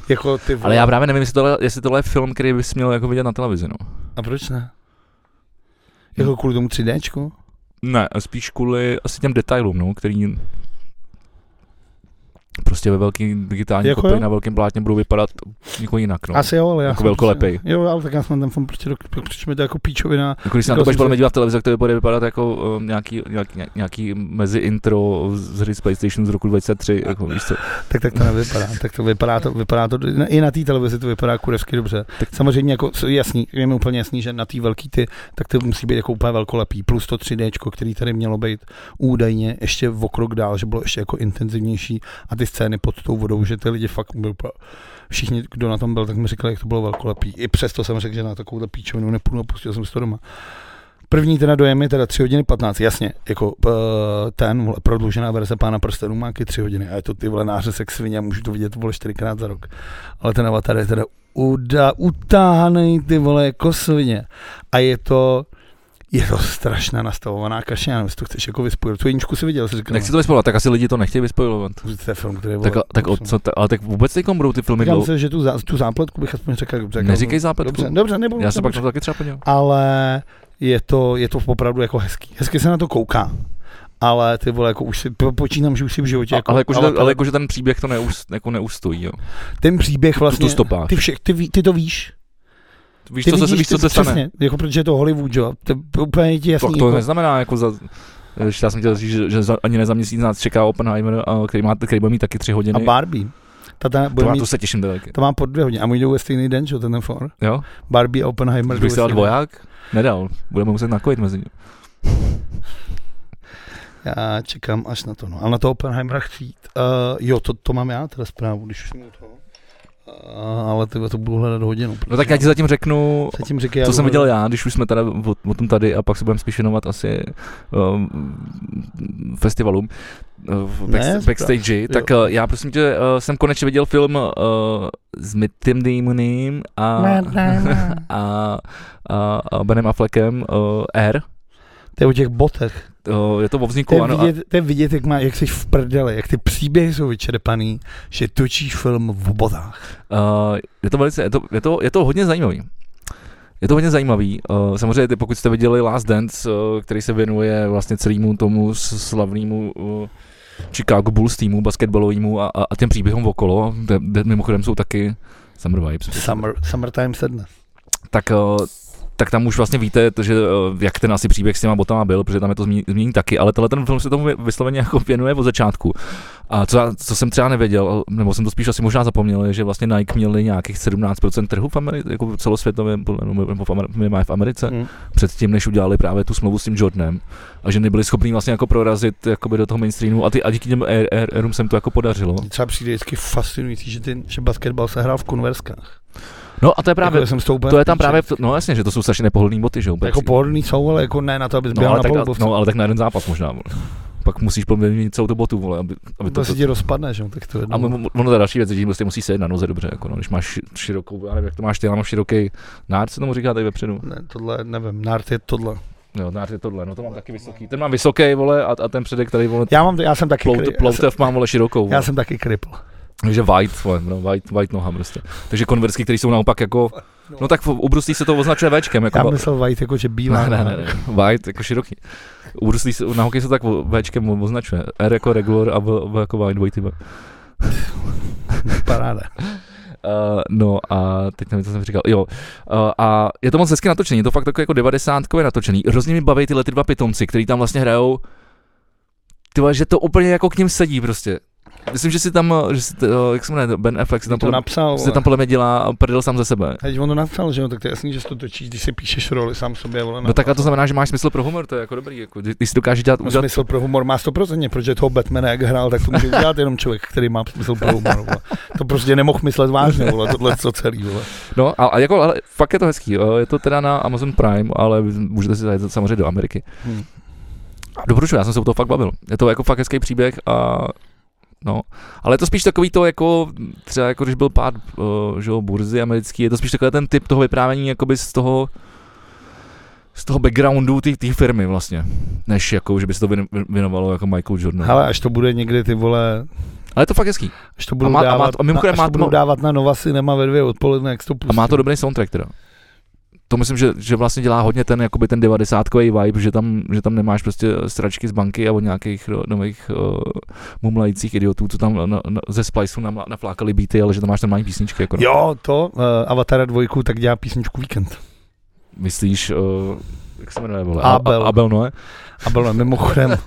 Jako ty vole. Ale já právě nevím, jestli tohle, jestli tohle je film, který bys měl jako vidět na televizi, no. A proč ne? Jako kvůli tomu 3Dčku? Ne, spíš kvůli asi těm detailům, no, který prostě ve velkým digitální Jako jako jo? kopii na velkém plátně budou vypadat někoho jinak, no. Asi jo, ale já Jako jsem velkolepej. prostě- Jo, ale tak já jsem na ten film prostě, do- proč mi to jako píčovina. Jako když se Říkal na to jsem budeš si- podle mě dívat v televizi, tak to bude vypadat jako um, nějaký, nějaký, nějaký mezi intro z hry z PlayStation z roku 23, jako víš co. Tak, tak to nevypadá. tak to vypadá to, vypadá to, i na té televizi to vypadá kurevsky dobře. Tak- Samozřejmě jako s- jasný, je mi úplně jasný, že na té velký ty, tak to musí být jako úplně velkolepý. Plus to 3Dčko, který tady mělo být údajně ještě o krok dál, že bylo ještě jako intenzivnější a ty scény pod tou vodou, že ty lidi fakt byli úplně- všichni, kdo na tom byl, tak mi říkali, jak to bylo velkolepý. I přesto jsem řekl, že na takovou píčovinu nepůjdu a pustil jsem si to doma. První teda dojem je teda 3 hodiny 15, jasně, jako eh, ten vole, prodloužená verze pána prstenů má taky 3 hodiny a je to ty vole nářesek svině a můžu to vidět vole čtyřikrát za rok. Ale ten avatar je teda uda, utáhaný ty vole jako svině a je to je to strašná nastavovaná kaše, já nevím, jestli to chceš jako vyspojovat. Tu jedničku si viděl, jsi říkal, Nechci to vyspojovat, tak asi lidi to nechtějí vyspojovat. no, to je film, který je, Tak, vole, tak, o, co, ta, ale tak vůbec teďkom budou ty filmy Říkám dlouho. se, že tu, zá, tu zápletku bych aspoň řekl. jak- jak- Neříkej zápletku. Dobře, dobře, nebudu. Já se pak nebudu. na to taky třeba podívám. ale je to, je to opravdu jako hezký. Hezky se na to kouká. Ale ty vole, jako už si po- počínám, že už si v životě. Jako, ale, jakože ale ten, ale jakože ten příběh to neust, jako neustojí, jo. ten příběh Vlastně, vlastně. tu stopáž. ty, vše, ty, ví- ty to víš. víš, Ty co, vidíš, se, víš, ty, co se stane. Přesně, jako protože je to Hollywood, jo. To je úplně ti jasný. Tak to jako, neznamená, jako za, že já jsem chtěl říct, že, že za, ani ne za měsíc nás čeká Oppenheimer, a který, má, který bude mít taky tři a hodiny. Barbie. Ta, ta, to, bude má, mít, to se těším teda taky. to má po dvě hodiny. A můj jdou ve stejný den, že jo, ten ten for. Jo? Barbie a Oppenheimer. Když bych jdou ve se dal stejný- dvoják, nedal. Budeme muset nakojit mezi ně. Já čekám až na to, no. Ale na to Oppenheimera chci jít. Uh, jo, to, to mám já teda zprávu, když už jsem u toho. Uh, ale tyhle to budu hledat hodinu. No tak já ti zatím řeknu, Zatím říkej, já co jsem jdu viděl já, když už jsme teda o, o tom tady a pak se budeme spíš věnovat asi um, festivalům eh, v Ne, backst- zpráv- backstage, tak jo. eh, já prosím tě, eh, jsem konečně viděl film eh, s Mittem Damonem a, a, a, a Benem Affleckem eh, R. To je o těch botech. no, Eh, Je to o To vzniku, je ano, a, vidět, to je vidět jak, má, jak jsi v prdeli, jak ty příběhy jsou vyčerpaný, že točíš film v botách. Uh, je to velice, je to, je to, je to hodně zajímavý. Je to hodně zajímavý. Uh, samozřejmě, ty, pokud jste viděli Last Dance, uh, který se věnuje vlastně celému tomu s- slavnému uh, Chicago Bulls týmu, basketbalovému a, a, a těm příběhům okolo, kde, kde mimochodem jsou taky Summer Vibes. Summer, summertime sedne. Tak, uh, tak tam už vlastně víte, to, že, uh, jak ten asi příběh s těma botama byl, protože tam je to zmíní, zmíní taky, ale tenhle ten film se tomu vy- vysloveně jako věnuje od začátku. A co, já, co jsem třeba nevěděl, nebo jsem to spíš asi možná zapomněl, je, že vlastně Nike měli nějakých 17% trhu v Americe, jako celosvětově, nebo nebo v Amer- minimálně v Americe, Mm. předtím, než udělali právě tu smlouvu s tím Jordanem. A že nebyli schopni vlastně jako prorazit jakoby do toho mainstreamu a, ty, a díky těm Air, Air, Airům se jim to jako podařilo. Mně třeba přijde vždycky fascinující, že, ty, že basketbal se hrál v konverskách. No a to je právě, jako, jsem s tou úplně to je v tam píči. právě, v to- no jasně, že to jsou strašně nepohodlný boty, že jo. Jako pohodlný jsou, ale jako ne na to, aby No zběhal ale, na tak, polubovce. no ale tak na jeden zápas možná. Vole. Pak musíš podměnit celou tu botu, vole, aby, aby to to, se to ti rozpadne, že jo, tak to je a jedno. mu- mu- ono ta další věc, je, že prostě musí sedět na noze dobře, jako no, když máš ši- širokou, já nevím, jak to máš ty, já mám široký nád, se tomu říká tady vepředu. Ne, tohle nevím, Nart je tohle. Jo, nář je tohle, no to mám taky vysoký. Ten mám vysoký, vole, a, a ten předek tady, vole, Já, mám, já jsem taky plout, Jako kri- já, jsem, ploutev mám, vole, širokou. já Vole. jsem taky kripl. Takže white, vole, no, white, white noha prostě. Takže konverzky, které jsou naopak jako, no tak v- u Bruslí se to označuje Včkem, jako Já ba- myslel White jako, že bílá. ne, No, ne, ne, ne, white, jako široký. U Bruslí se, na hokej se to tak o- Včkem označuje. R jako regular a V, v jako white, dvojitý V. Paráda. Uh, no a teď nevím, co jsem říkal. Jo. Uh, a je to moc hezky natočený, je to fakt takové jako 90 natočený. Hrozně mi baví tyhle ty dva pitomci, který tam vlastně hrajou. Ty vole, že to úplně jako k ním sedí prostě. Myslím, že si tam, uh, že si, t- uh, jak se jmenuje, Ben Affleck si tam, Tam to podle, napsal. si vole. tam podle mě dělá prdel sám ze sebe. Teď on to napsal, že jo, tak to je jasný, že si to točíš, když si píšeš roli sám sobě, vole. No tak a to znamená, že máš smysl pro humor, to je jako dobrý, jako, když když si dokáže dělat, No, udělat, smysl pro humor má 100%, protože toho Batmana, jak hrál, tak to může udělat jenom člověk, který má smysl pro humor. Vole. To prostě nemohl myslet vážně, vole, tohle co celý. Vole. no a, a jako, ale fakt je to hezký, jo. je to teda na Amazon Prime, ale můžete si zajet samozřejmě do Ameriky. Hm. A Doporučuji, já jsem se o toho fakt bavil. Je to jako fakt hezký příběh a no, ale je to spíš takový to jako, třeba jako když byl pád uh, že jo, burzy americký, je to spíš takový ten typ toho vyprávění jakoby z toho z toho backgroundu té firmy vlastně, než jako, že by se to věno- věnovalo jako Michael Jordan. Ale, Ale až to bude někdy ty vole, ale je to fakt hezký. až to budou, má- a má dávat, to- a mimochodem na, až to má to- budou dávat na Nova Cinema ve dvě odpoledne, jak si to A pustí. má to dobrý soundtrack teda. To myslím, že, že vlastně dělá hodně ten, jakoby ten devadesátkový vibe, že tam, že tam nemáš prostě stračky z banky a od nějakých no, nových uh, mumlajících idiotů, co tam na, na, ze Spliceu namla- naflákali beaty, ale že tam máš normální písničky. Jako, no. Jo, to, uh, Avatara 2, tak dělá písničku Víkend. Myslíš, uh, jak se jmenuje, vole? Abel. A, Abel Noe? Abel, mimochodem.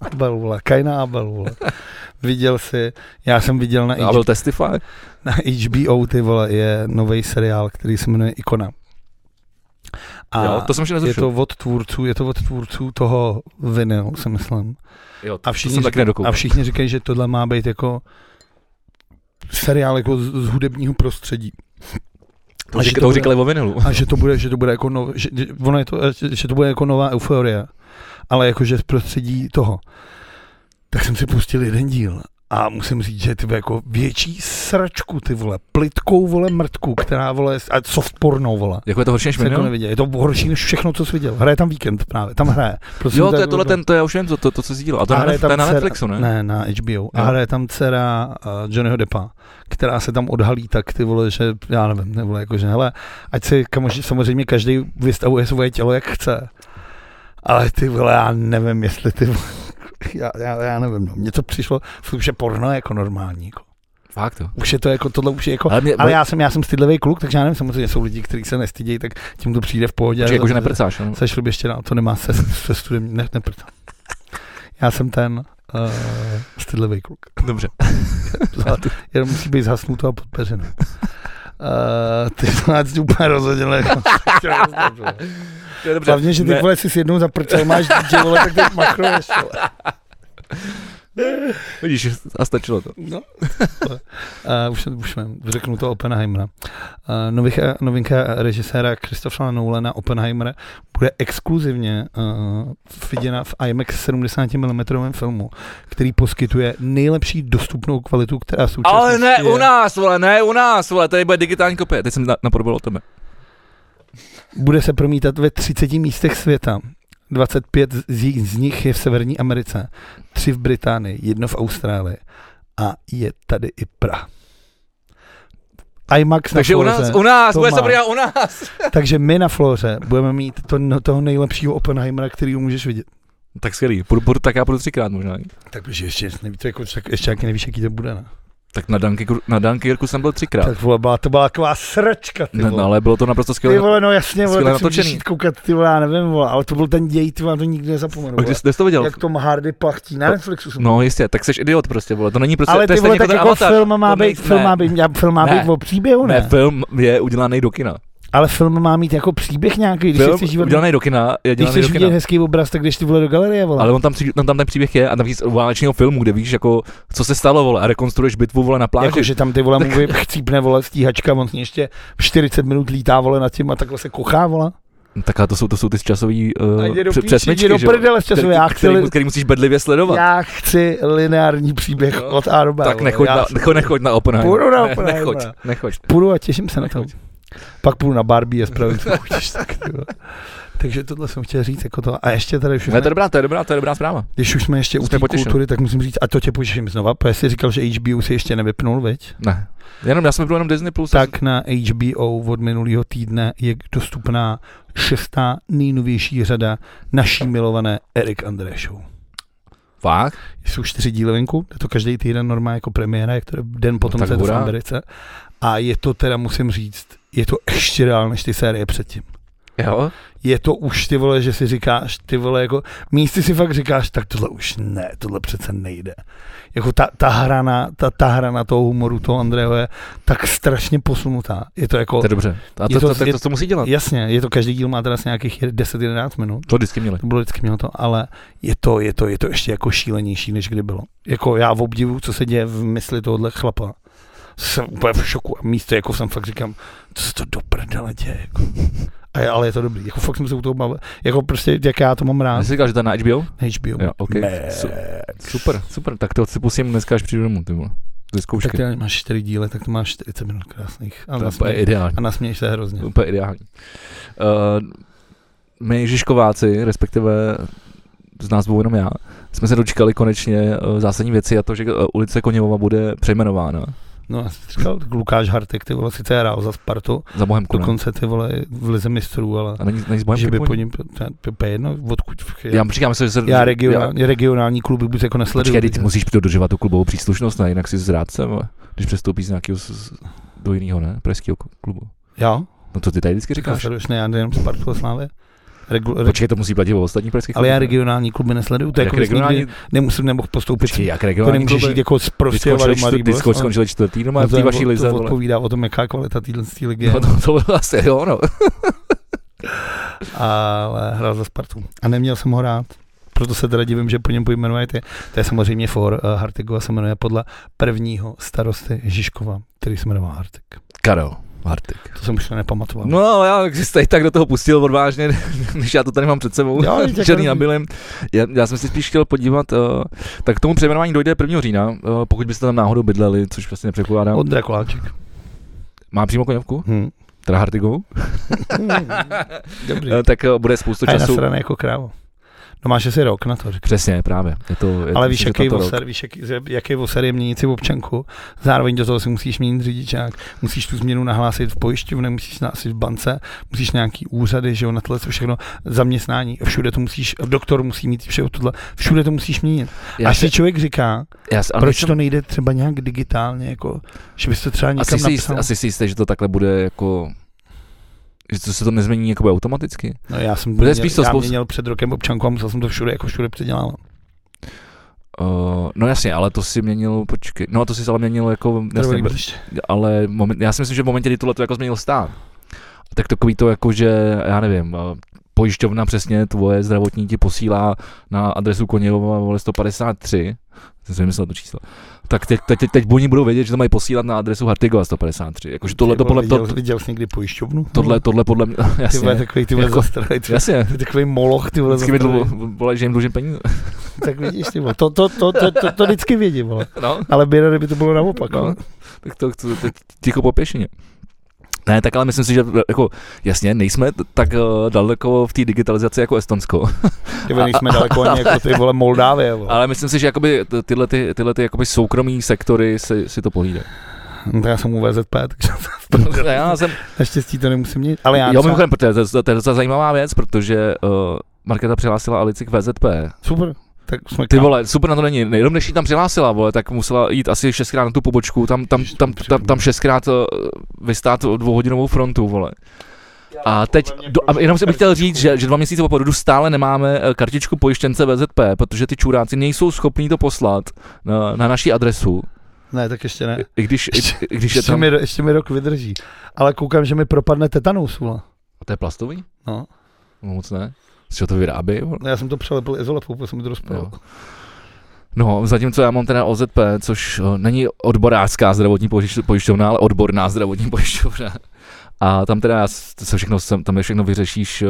Abel, vole, Kajna Abel, vole. Viděl jsi, já jsem viděl na, H- Abel Testify? na HBO, ty vole, je nový seriál, který se jmenuje Ikona. A jo, to jsem ještě Je nezrušil. to od tvůrců, je to od tvůrců toho vinyl, si myslím. jo, to, A to všichni, jsem taky říkají, a nedokoukal. všichni říkají, že tohle má být jako seriál jako z, z hudebního prostředí. To, a že že to to bude- říkali o vinilu. A že to bude, že to bude jako nov, že, že, ono je to, že- že to bude jako nová euforie, ale jakože z prostředí toho. Tak jsem si pustil jeden díl a musím říct, že ty vole, jako větší sračku ty vole, plitkou vole mrtku, která vole, a softpornou vole. Jako je to horší než Jsem jako vinil? neviděl. Je to horší než všechno, co jsi viděl. Hraje tam víkend právě, tam hraje. Prosím, Jo, tě, to je tohle, jako- ten, to já už vím, to, to, to co jsi dílal. A to, A je hraje na, to je tam na dcera- Netflixu, ne? Ne, na HBO. A Jo. hraje tam dcera uh, Johnnyho Deppa, která se tam odhalí tak, ty vole, že já nevím, nevole, jakože, hele, ať si kamoši, samozřejmě každý vystavuje svoje tělo, jak chce. Ale ty vole, já nevím, jestli ty vole, já, já, já nevím, no, mně to přišlo, furt už je porno jako normální, jako. Fakt jo. Už je to jako, tohle už je jako, Ale, mě, ale já jsem, já jsem stydlivý kluk, takže já nevím, samozřejmě jsou lidi, kteří se nestydějí, tak tím to přijde v pohodě. Počkej, jakože neprcáš, no? Sešli by ještě dál, to nemá se, se studem, ne, neprta. Já jsem ten uh, stydlivý kluk. Dobře. Jenom musí být zhasnuto a podpeřeno. Uh, ty to nás úplně rozhodil. jako. To je dobře. Hlavně, že ty Ne. vole si s jednou zaprcel, máš DJ, vole, tak teď makruješ. vole. Vidíš, a stačilo to. No. Uh, už, už vím, řeknu to Oppenheimera. Uh, novinka, novinka režiséra Kristofa Noulana Oppenheimera bude exkluzivně uh, viděna v IMAX 70 mm filmu, který poskytuje nejlepší dostupnou kvalitu, která v současnosti Ale ne je. u nás, vole, ne u nás, vole, tady bude digitální kopie. Teď jsem na- napodobil o tebe. Bude se promítat ve 30 místech světa. 25 z, z- z nich je v Severní Americe, tři v Británii, jedno v Austrálii a je tady i Praha. IMAX Takže na u Florze. nás, u nás, to bude má. se podívat u nás. Takže my na Floře budeme mít to, no, toho nejlepšího Oppenheimera, který můžeš vidět. Tak skvělý, budu, budu, tak já půjdu třikrát možná. Tak protože ještě neví, to jako, tak ještě jak nevíš, jaký to bude, ne? Tak na Dunkirku, na Dunkirku jsem byl třikrát. Tak vole, byla, to byla taková sračka, ty Ne, vole. no, ale bylo to naprosto ty skvělé. vole, no jasně, vole, skvěle tak si můžeš natočený. jít koukat, ty vole, já nevím, vole, ale to byl ten děj, ty vole, já to nikdy nezapomenu, A Kde vole. jsi, kde jsi to viděl? Jak Tom Hardy plachtí, na To- Netflixu jsem No jistě, tak jsi idiot prostě, vole. To není prostě, ale to je ty stejně vole, jako tak ten jako avatar. film má, To nej- být, film, ne. má být, já- film má Ne. být o příběhu, ne? Ne, film je udělaný do kina. Ale film má mít jako příběh nějaký, když se Film chceš dívat, udělaný do kina je když dělaný chceš do vidět kina. hezký obraz, tak když ty vole do galerie, vole. Ale on tam, při- tam, tam ten příběh je a navíc u válečného filmu, kde víš, jako, co se stalo, vole, a rekonstruuješ bitvu, vole, na pláži. Jako, že tam ty vole mu vy- chcípne vole stíhačka, on s ní ještě 40 minut lítá vole nad tím a takhle se kochá vole. No Tak a to jsou, to jsou ty časový A uh, jde do pře- píči, jde přesmyčky, do že jo? prdele s časem, který, já chci, který, li, který, který, musíš bedlivě sledovat. já chci lineární příběh No. od A do B. tak vole. nechoď Já na, nechoď, nechoď na Oppenheimer. Půjdu na Ne, Oppenheimera. Nechoď, nechoď. Půjdu a těším se na to. Nechoď. Pak půjdu na Barbie a spravím si chuť, tak, ty vole. Takže tohle jsem chtěl říct jako to. A ještě tady už Ne, to je dobrá, to je dobrá, to je dobrá zpráva. Když už jsme ještě u Jsi té mě potěšil. kultury, tak musím říct, a to tě potěším znova, protože jsi říkal, že HBO si ještě nevypnul, veď? Ne. Jenom, já jsem byl jenom Disney+. Plus. Tak na HBO od minulého týdne je dostupná šestá nejnovější řada naší milované Erik Andrešou. Fakt? Jsou čtyři díly venku, je to každý týden normálně jako premiéra, jak to je den potom, No tak co je to v hurá. Americe. A je to teda, musím říct, je to ještě dál než ty série předtím. Jo? je to už ty vole, že si říkáš, ty vole, jako místy si fakt říkáš, tak tohle už ne, tohle přece nejde. Jako ta, ta hra na, ta, ta hra na toho humoru toho Andreho je tak strašně posunutá. Je to jako, To je dobře. A Je to, to- to, to, je- to, to musí dělat. jasně, je to každý díl má teda asi nějakých 10-11 minut, To vždycky měli. to bylo vždycky mělo to, ale je to, je to, je to ještě jako šílenější, než kdy bylo. Jako já v obdivu, co se děje v mysli tohohle chlapa. Jsem úplně v šoku a místo, jako jsem fakt říkám, co se to do prdele děje, jako. A je, ale je to dobrý, jako fakt jsem se u toho bavil, jako prostě, jak já to mám A rád, jsi říkal, že to je na HBO? HBO. Jo, ok. Su- Super, super. Tak to si pustím dneska, až přijdu domů, ty vole. Ze Tak zkoušky. ty máš čtyři díly, tak to máš 40 minut krásných. A, To je úplně nasměj, ideální. a nasměješ se hrozně. Úplně ideální. Uh, my Žižkováci, respektive z nás dvou jenom já, jsme se dočkali konečně uh, zásadní věci a to, že uh, ulice Koněvova bude přejmenována No a jsi říkal, tak Lukáš Hartek, ty vole, sice hrál za Spartu, za Bohemku. ne? dokonce ty vole v lize mistrů, ale A není, není z že Bohemky by po po ní? něm, to je úplně jedno, odkud. Já říkám, že se... já, regionál, já regionální kluby vůbec jako nesleduju. Počkej, teď musíš dodržovat tu klubovou příslušnost, ne? Jinak jsi zrádcem, vole, když přestoupíš z nějakého z- z- do jiného, ne? Pražského ku- klubu. Jo, No to ty tady vždycky říkáš. říkáš. Sleduješ, ne, já jenom Spartu a Slávě. Regu, re, Počkej, to musí platit o ostatní pražských ale já klubech, ne? regionální kluby nesleduju, to Jak jako regionální, nikdy nemusím, nemohl postoupit. počkej, jak to regionální nemůžeš kluby, jít jako z prostě Disko skončili, disko skončili čtvrtý, no má v té vaší lize. To vole. odpovídá o tom, jaká kvalita téhle z té ligy je. No to, to bylo asi, jo, no. ale hrál za Spartu. A neměl jsem ho rád. Proto se teda divím, že po něm pojmenuje ty. To je samozřejmě for. eh, Hartigova se jmenuje podle prvního starosty Žižkova, který se jmenoval Hartig. Karel Martek. To jsem už nepamatoval. No, ale já jak jsi tady tak do toho pustil odvážně, než já to tady mám před sebou, Jo, je to žádný jako- nabylem. Já, já, jsem si spíš chtěl podívat, uh, tak k tomu přejmenování dojde 1. října, uh, pokud byste tam náhodou bydleli, což vlastně nepředpokládám. Od Drakuláček. no. Má přímo koněvku, Hm. teda Hartigovou, Dobrý. uh, tak uh, bude spoustu A je času. nasraný jako krávo. No máš asi rok na to, řekl. Přesně, právě. Je to, je Ale to, víš, myslím, že jaký na to rok. voser, víš, jaký, že- jaký voser je měnit si v občanku, zároveň do toho si musíš měnit řidičák, musíš tu změnu nahlásit v pojišťovně, musíš nahlásit v bance, musíš nějaký úřady, že jo, na tohle co všechno, zaměstnání, všude to musíš, doktor musí mít všeho tohle, všude to musíš měnit. Já, Až si, si člověk říká, já, si- ale proč nejsem- to nejde třeba nějak digitálně, jako, že bys to třeba někam asi si, jist, napsal. asi si jistý, že to takhle bude jako že to se to nezmění jakoby automaticky. No já jsem Bude měl, spíš to já spousta- měnil před rokem občanku a musel jsem to všude, jako všude předělávat. Uh, no jasně, ale to si měnil, počkej, no a to si ale měnil jako, jasně, Trvalý brzd. ale moment, já si myslím, že v momentě, kdy tohle to jako změnil stát, tak takový to jako, že já nevím, eh, pojišťovna přesně tvoje zdravotní ti posílá na adresu Koněvova vole 153, jsem si vymyslel to číslo, tak teď, teď, teď, teď oni budou vědět, že to mají posílat na adresu Hartigova 153, jakože tohle to Ty vole, podle, to, viděl, viděl jsi někdy pojišťovnu? tohle, tohle podle mě, Ty vole, jasně, takový ty vole Jako- jako, zastralý, ty, jasně, ty takový moloch, ty vole, vždycky mi zastralý. dlubo- vole, že jim dlužím peníze, Tak vidíš, ty vole, to, to, to, to, to, to vždycky vědí, vole. no. Ale běda, kdyby to bylo naopak, No, no. tak to, to, to ticho po pěšině. Ne, tak ale myslím si, že jako, jasně, nejsme t- tak uh, daleko v té digitalizaci jako Estonsko, Ty vole, nejsme daleko ani jako ty vole Moldávie, vole. ale myslím si, že jakoby t- tyhle, ty, tyhle ty jakoby soukromí sektory si, si to pohlídají. No, tak já jsem u VZP, takže já jsem, naštěstí to nemusím mít. Ale já jo, třeba, mimochodem, protože to, je- to je docela zajímavá věc, protože uh, Markéta přihlásila Alici k VZP. super, tak jsme Ty kam- vole, super na to není. Jenom než jí tam přihlásila, vole, tak musela jít asi šestkrát na tu pobočku, tam, tam, Ježiš, tam, to tam, tam šestkrát uh, vystát dvouhodinovou frontu, vole. A teď, do, prostě a jenom jsem bych chtěl říct, že, že dva měsíce po porodu stále nemáme eh, kartičku pojištěnce VZP, protože ty čuráci nejsou schopní to poslat na, na naši adresu, Ne, tak ještě ne. i když, i, i když je Ještě tam... mi, ještě mi rok vydrží. Ale koukám, že mi propadne tetanus, vole. To je plastový? No, No moc ne. Z čeho to vyrábí? vole? no já jsem to přelepil izolepou, protože jsem mi to rozpadlo. Jo. No, zatímco já mám teda OZP, což eh, není odborářská zdravotní pojišť- pojišťovna, ale odborná zdravotní pojišťovna. A tam teda já s- se všechno, sem- tam je všechno vyřešíš eh,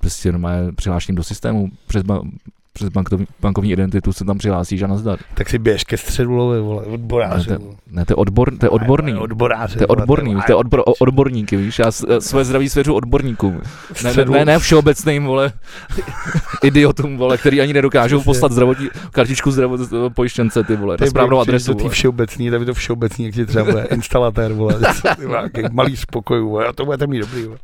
prostě normálně přihlášením do systému přes, ba- přes bankovní, bankovní identitu se tam přihlásíš a nazdar. Tak si běž ke středulovi, vole, odboráři. Ne, Ne, to je, odbor, to je odborný. Ne, odboráři. To je vole, odborný, vole, to je odbor, o- odborníky, víš, já s- své zdraví svěřu odborníkům. Ne, ne, středu- ne, ne všeobecným, vole, idiotům, vole, který ani nedokážou Přesně. poslat zdravotní, kartičku zdravot, pojištěnce, ty vole, To na je správnou blbý, přijdeš adresu, Do té vole. všeobecní, tam je to všeobecní, jak ti třeba bude instalatér, vole, ty vole, jaký malý spokoj, vole, a to budete mít dobrý, vole.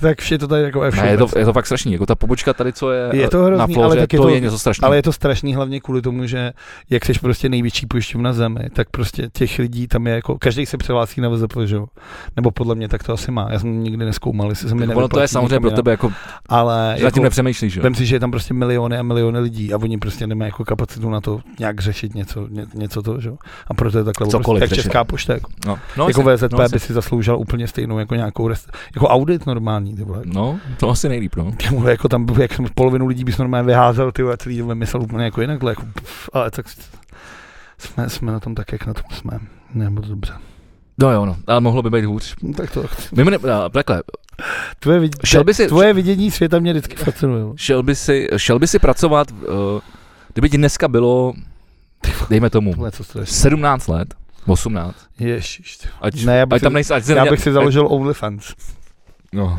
Tak vše to tady jako takové Ne, je všeobecné. to, je to fakt strašný, jako ta pobočka tady, co je, Je to eh, na hrozný, ale floře, tak je to, to- je něco strašného. Ale je to strašný hlavně kvůli tomu, že jak jsi prostě největší pojišťovna zemi, tak prostě těch lidí tam je jako, každý se přihlásí na VZP, že jo? Nebo podle mě tak to asi má, já jsem nikdy neskoumal, jestli se mi ono to je nevyplatí samozřejmě nikam pro jinam. tebe, jako, ale že zatím no. jako, nepřemýšlíš, že? jo? vem si, že je tam prostě miliony a miliony lidí a oni prostě nemají jako kapacitu na to nějak řešit něco, ně, něco to, že jo? A proto je takhle Cokoliv prostě, tak řešit. Česká pošta, jako, No, no, jako asi- VZP no, asi- by si zasloužila úplně stejnou jako nějakou, rest, jako audit normální, ty vole. No, to asi nejlíp, no. Ty vole, jako tam, jak polovinu lidí bys normálně vyházel, ty vole, celý den myslel úplně jako jinak, jako, pff, ale tak jsme, jsme na tom tak, jak na tom jsme. Ne, moc dobře. No jo, no, ale mohlo by být hůř. No, tak to, Mimo ne, a, takhle, tvoje, vidě, Šel by si- tvoje vidění světa mě vždycky fascinuje. šel by si, šel by si pracovat, eh, kdyby ti dneska bylo, dejme tomu, Tohle je co strašně. 17 let, 18, Ježiš. ty. ať, Ne, já ať bych, tam si, nejsi, ať jsi já neměl- bych si založil OnlyFans. No.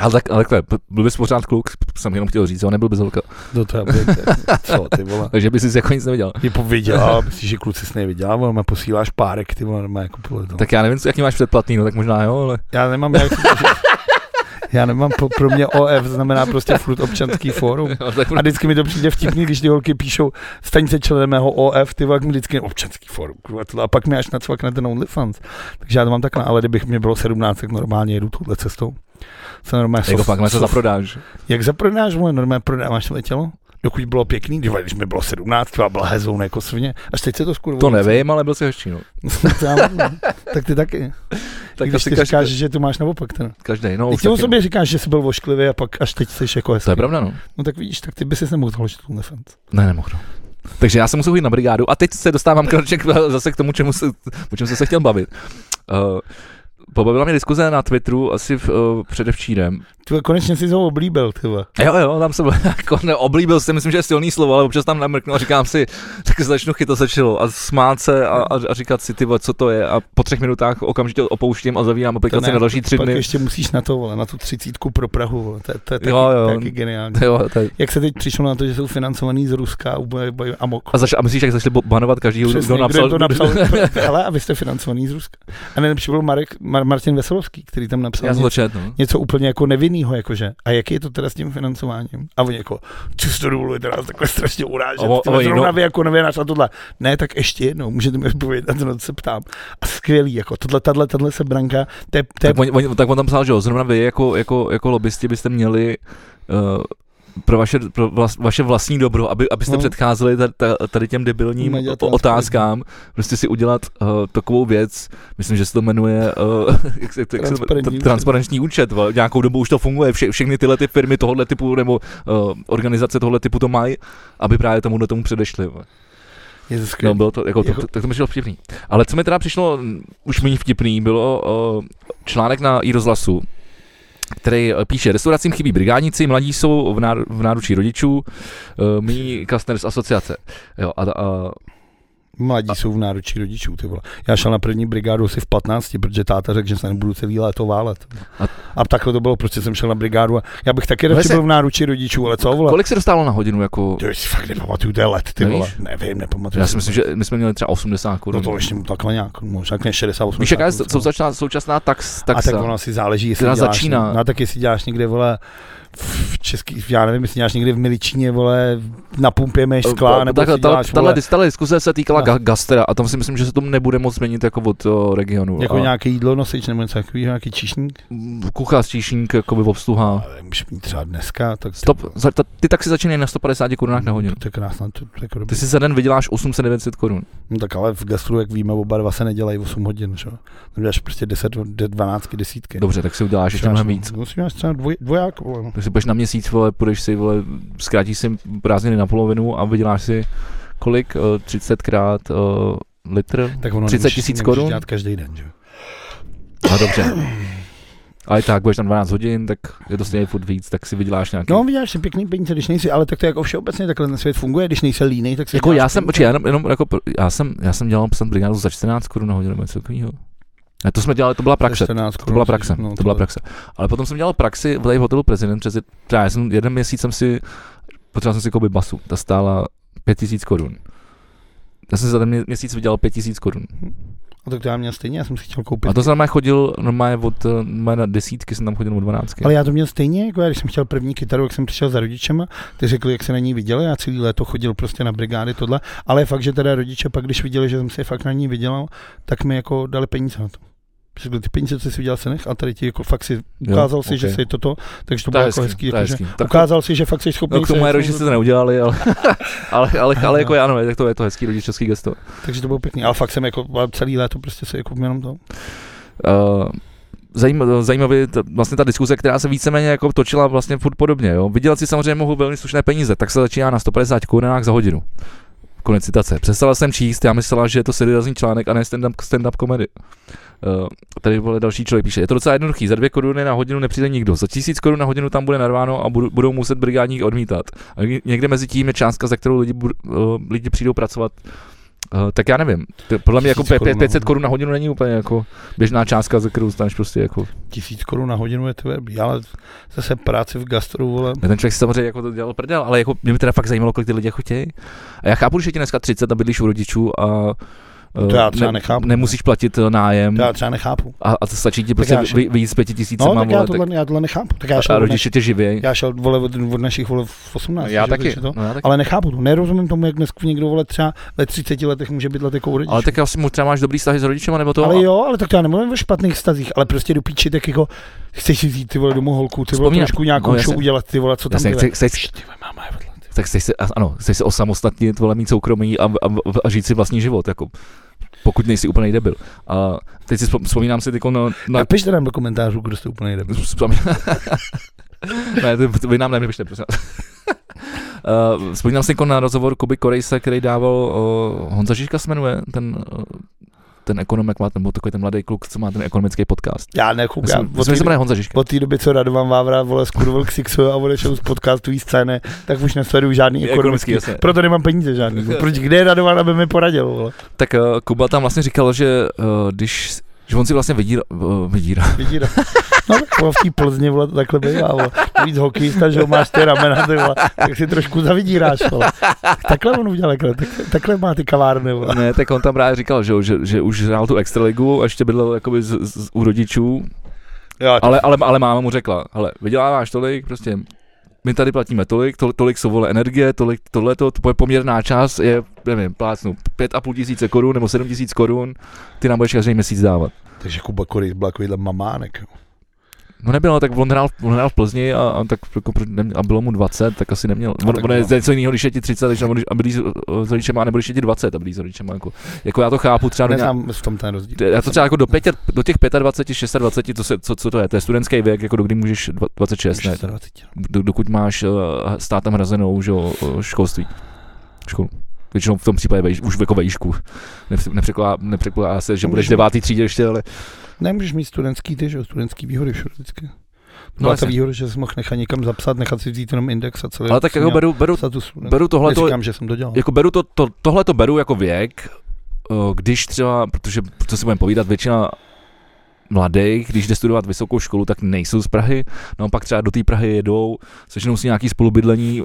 Ale tak, ale takhle, byl bys pořád kluk, jsem jenom chtěl říct, ale nebyl bys holka, Do toho No, bych, co ty vole. takže bys si jako nic nevěděl. Je poviděla, myslíš, že kluci jsi neviděla, vole, mě posíláš párek, ty vole, normálně jako pole, no. Tak já nevím, co, jaký máš předplatný, no tak možná jo, ale Já nemám, já, já nemám, pro, pro mě OF znamená prostě furt občanský fórum. jo, tak A vždycky mi to přijde vtipný, když ty holky píšou, staň se členem mého OF, ty vole, jak mi vždycky občanský forum, kurva, tohle. a pak mi až nacvakne ten OnlyFans. Takže já to mám takhle, ale kdybych mě bylo 17, tak normálně jedu touhle cestou. Se normálně jako sof- pak na to sof- zaprodáš. Jak zaprodáš, vole, normálně prodáváš své tělo? Dokud bylo pěkný, ty vole, když mi bylo 17, ty vole, byla hezoun jako svině. Až teď se to skurvo. To nevím, ale byl jsi hoští, no. no. tak ty taky. Tak Tak když asi ty každý, říkáš, že to máš naopak. Ten. každý, no. Teď si o taky, no. sobě říkáš, že jsi byl ošklivý a pak až teď jsi jako hezký. To je pravda, no. No tak vidíš, tak ty bys si nemohl založit OnlyFans. Ne, nemohu. no. Takže já jsem musel jít na brigádu a teď se dostávám kroček zase k tomu, čemu se, o čem jsem se chtěl bavit. Uh, pobavila mě diskuze na Twitteru asi v, uh, předevčírem. Ty vole, konečně si ho oblíbil, ty vole. Jo, jo, tam jsem jako neoblíbil si, myslím, že je silný slovo, ale občas tam namrknu a říkám si, tak začnu chytat začilo a smát se a, a, a říkat si, ty vole, co to je a po třech minutách okamžitě opouštím a zavírám aplikaci ne, na další tři Pak dny. ještě musíš na to, vole, na tu třicítku pro Prahu, vole. To, je- to je taky, Jo, jo. taky geniální. Jo, to je- Jak se teď přišlo na to, že jsou financovaný z Ruska a úplně boj- amok. a, zaš, a myslíš, jak začali bo- banovat každý, Přesně, kdo napsal, to napsal hele, a vy jste financovaný z Ruska. A nejlepší byl Marek, Mar- Martin Veselovský, který tam napsal Já jsem něco, to čet, no. něco úplně jako nevinného, jakože. A jak je to teda s tím financováním? A oni jako, co si to dovolujete nás takhle strašně urážet, Ovo- ty vole, oni, zrovna no. vy jako novinář a tohle. Ne, tak ještě jednou, můžete mi odpovědět, na to se ptám. A skvělý, jako tohle, tahle, tahle se branka, to je, to je Tak on, on, tak on tam psal, že jo, zrovna vy jako, jako, jako lobbysti byste měli uh, pro vaše, pro vlas, vaše vlastní dobro, aby, abyste No. no. předcházeli ta- ta- tady těm debilním Umět dělat o- otázkám, prostě si udělat uh, takovou věc, myslím, že se to jmenuje uh, jak se, jak se, Transparentní t- účet. transparentní účet, va, nějakou dobu už to funguje, vše, všechny tyhle ty firmy tohohle typu nebo uh, organizace tohohle typu to mají, aby právě tomuhle tomu předešli. Va. Je to skvělé. No, bylo to, jako, to, Jako- to, tak to mi přišlo vtipný. Ale co mi teda přišlo mm, už méně vtipný, bylo uh, článek na i rozhlasu, který eh, píše, restauracím chybí brigádníci, mladí jsou v, náru, v náručí rodičů, uh, mý Kastner z asociace. Jo, a, a, Mladí jsou v náručí rodičů, ty vole. Já šel na první brigádu asi v 15, protože táta řekl, že se nebudu celý léto válet. A, A- a takhle to bylo, prostě jsem šel na brigádu a já bych taky No radši se- byl v náručí rodičů, ale co vole? kolik se dostávalo na hodinu? Jako, To si fakt nepamatuju, to je let, ty Nevíš? vole. Nevím, nepamatuju. No já si myslím, že my jsme měli třeba 80 No korun. to ještě mu takhle nějak, no možná ne 68. Víš, jaká je nějak, současná, současná tax, a taxa? tak ono asi záleží, jestli Která děláš, začíná. No a tak jestli děláš někde, vole, v český, já nevím, jestli děláš někde v Miličíně, vole, na pumpě měš skla, nebo E, Takhle, jestli děláš, tahle, vole, dis- tahle diskuze se týkala No. ga- gastera a tam si myslím, že se to nebude moc změnit jako od eh, regionu. jako a nějaký jídlo nosič, nebo něco takového, nějaký číšník. Kuchař, číšník, jakoby obsluha. Ale můžeš mít třeba dneska, tak Stop, za, ta, ty taxi začínají na 150 korunách na hodinu. To je krásná, to, to je jako Ty dobrý. si za den vyděláš 800-900 korun. No tak ale v gastru, jak víme, oba dva se nedělají 8 hodin, že jo. Tam děláš prostě 10, 12, desítky. Dobře, tak si uděláš ještě Musíš mnohem máš- víc. Musíš máš třeba dvoj, dvoják, vole, no. Tak si půjdeš na měsíc, vole, půjdeš si, vole, zkrátíš si prázdniny na polovinu a vyděláš si kolik? Eh, 30 krát eh, litr? Tak ono 30 nemůžeš- tisíc nemůžeš korun? dělat každý den, že jo. No dobře. Ale tak, budeš tam 12 hodin, tak je to stejně furt víc, tak si vyděláš nějaký. No, vyděláš si pěkný peníze, když nejsi, ale tak to jako všeobecně takhle ten svět funguje, když nejsi línej, tak si jako děláš já jsem, peníze. počkej, já, jenom, jenom jako, pro- já jsem, já jsem dělal psát brigádu za 14 korun na hodinu nebo něco takového. Ne, to jsme dělali, to byla praxe. 14 To korun, byla což- praxe, no, to byla praxe. Ale potom jsem dělal praxi v tady hotelu prezident, přes, třeba já jsem jeden měsíc jsem si, potřeboval jsem si koupit basu, ta stála 5000 korun. Já jsem za ten mě- měsíc vydělal 5000 korun. A tak to já měl stejně, já jsem si chtěl koupit. A to jsem normálně chodil, normálně od, eh, normálně na desítky jsem tam chodil od dvanáctky. Ale já to měl stejně, jako já, když jsem chtěl první kytaru, jak jsem přišel za rodičema, ty řekli, jak se na ní viděli, já celý léto chodil prostě na brigády tohle, ale je fakt, že teda rodiče pak, když viděli, že jsem si fakt na ní vydělal, tak mi jako dali peníze na to. Řekli, ty peníze, co jsi vydělal, se nech, a tady ti jako fakt si ukázal si, že okej. jsi toto, takže to To bylo je jako hezký. to je Jako, že hezký. Tak, ukázal si, že fakt jsi schopný. no, k tomu se jako moje něco- rodiče to neudělali, ale, ale, ale, ale jako já, no, tak to je to hezký rodičovský gesto. Takže to bylo pěkný, ale fakt jsem jako celý léto prostě si jako jenom to. Uh, zajímavý, zajímavý t- vlastně eh, ta diskuze, která se víceméně jako točila vlastně furt podobně. Jo? Vydělat si samozřejmě mohu velmi slušné peníze, tak se začíná na 150 korunách za hodinu. Konec citace. Přestala jsem číst, já myslela, že je to seriózní článek a ne stand-up, stand-up komedy. Uh, tady vole, další člověk píše, je to docela jednoduchý, za dvě koruny na hodinu nepřijde nikdo, za tisíc korun na hodinu tam bude narváno a budu, budou muset brigádník odmítat. A ně- někde mezi tím je částka, za kterou lidi, bud- uh, lidi přijdou pracovat. Uh, tak já nevím, T- podle mě jako Tisíc pe- korun pe- na 500 hodinu. korun na hodinu není úplně jako běžná částka, za kterou dostaneš prostě jako. Tisíc korun na hodinu je to dobrý, ale zase práci v gastru, vole. Ne, Ten člověk si samozřejmě jako to dělal prdel, ale jako mě by teda fakt zajímalo, kolik ty lidi jako chtějí. A já chápu, že je ti dneska 30 a bydlíš u rodičů a No to eh, já třeba nechápu. Nemusíš platit eh, nájem To já třeba nechápu. a, a to stačí ti já prostě šel- vy- vyjít s pěti tisícema, No, tak já Hmm. vole, tohle, já tohle nechápu. Tak já tak, a šel, od, rodiče tě živějí. naš- já šel vole, od, od našich vole v 18. Já že, taky. takže To? No, já taky. Ale nechápu to. Nerozumím tomu, jak dneska někdo vole třeba ve 30 letech může bydlet jako u rodičů. Ale tak asi mu třeba máš dobrý vztahy s rodičem, nebo to? ale jo, ale tak to já nemluvím o špatných stazích, ale prostě do píči, tak jako chceš si vzít ty vole domů holku, ty vole Vzpomínám. trošku nějakou No, no, jasně. show udělat, ty vole, co tam Jasně, dělá. chce, chceš, Ty vole, máma je vedle. ty vole. tak chceš se, a- ano, chceš se osamostatnit, vole, mít soukromí a, a, a žít si vlastní život, jako pokud nejsi úplný debil. A teď si vzpo- vzpomínám si tyko na, na Napiš teda do komentářů, kdo jste úplně jde. Vzpomínám... ne, to, to vy nám nevypište, prosím. vás. Uh, vzpomínám si jako na rozhovor Kuby Korejse, který dával, uh, Honza Žižka se jmenuje, ten, uh, ten ekonom, jak má, nebo takový ten mladý kluk, co má ten ekonomický podcast. Já nekoukám. Myslím, že se jmenuje Honza Žižka. od té doby, co Radovan Vávra vole skurvil k Sixu a odešel z podcastový scény, tak už nesleduju žádný Je ekonomický. ekonomický, jasně. Proto nemám peníze žádný. Proč, kde je Radovan, aby mi poradil? Vole? Tak uh, Kuba tam vlastně říkal, že uh, když že on si vlastně vydírá, uh, vydírá. Vidí, no. no tak vole, v té Plzně vole, to takhle bývá. Vole. Víc hokejista, že ho máš ty ramena, ty, vole, tak si trošku zavidíráš. Vole. Takhle on udělal, takhle, tak, takhle má ty kavárny. Vole. Ne, tak on tam právě říkal, že, jo, že, že už hrál tu extraligu a ještě bydlel jakoby z, z, u rodičů Jo, Ale, ale, ale máma mu řekla, hele, vyděláváš tolik, prostě my tady platíme tolik, to, tolik jsou vole energie, tolik tohleto, to je poměrná část je, nevím, plácnu, pět a půl tisíce korun nebo sedm tisíc korun, ty nám budeš každý měsíc dávat. takže Kuba Kory byl takovýhle mamánek. jo. No nebylo, tak on hrál, on hrál v Plzni a, a, tak, jako, pro- nemě- a bylo mu 20, tak asi neměl. No, On, tak on je jo. něco jiného, když je ti 30, když, a bydlí s- s rodičema, nebo když je ti 20 a bydlí s rodičema. Jako, jako já to chápu třeba do nějak- Neznám v tom ten rozdíl. já to třeba jako do, pěti, do těch 25, 26, to se, co, co to je, to je studentský věk, jako do kdy můžeš dva- 26, ne, 26. do, dokud máš uh, státem hrazenou že, jo, eh, školství. Školu. Většinou v tom případě vej, už jako vejšku. Nepř- nepřekládá- Nepřekládá se, že budeš Můžu. devátý třídě ještě, ale Nemůžeš mít studentský ty, že jo, studentský výhody všude vždycky. To No byla jasně. ta výhoda, že jsem mohl nechat někam zapsat, nechat si vzít jenom index a celý. ale tak jako beru, beru, beru tohle to, Říkám, že jsem to dělal. jako beru to, to, tohle to beru jako věk, eh, když třeba, protože co si budeme povídat, většina mladých, když jde studovat vysokou školu, tak nejsou z Prahy, no pak třeba do té Prahy jedou, seženou si nějaký spolubydlení,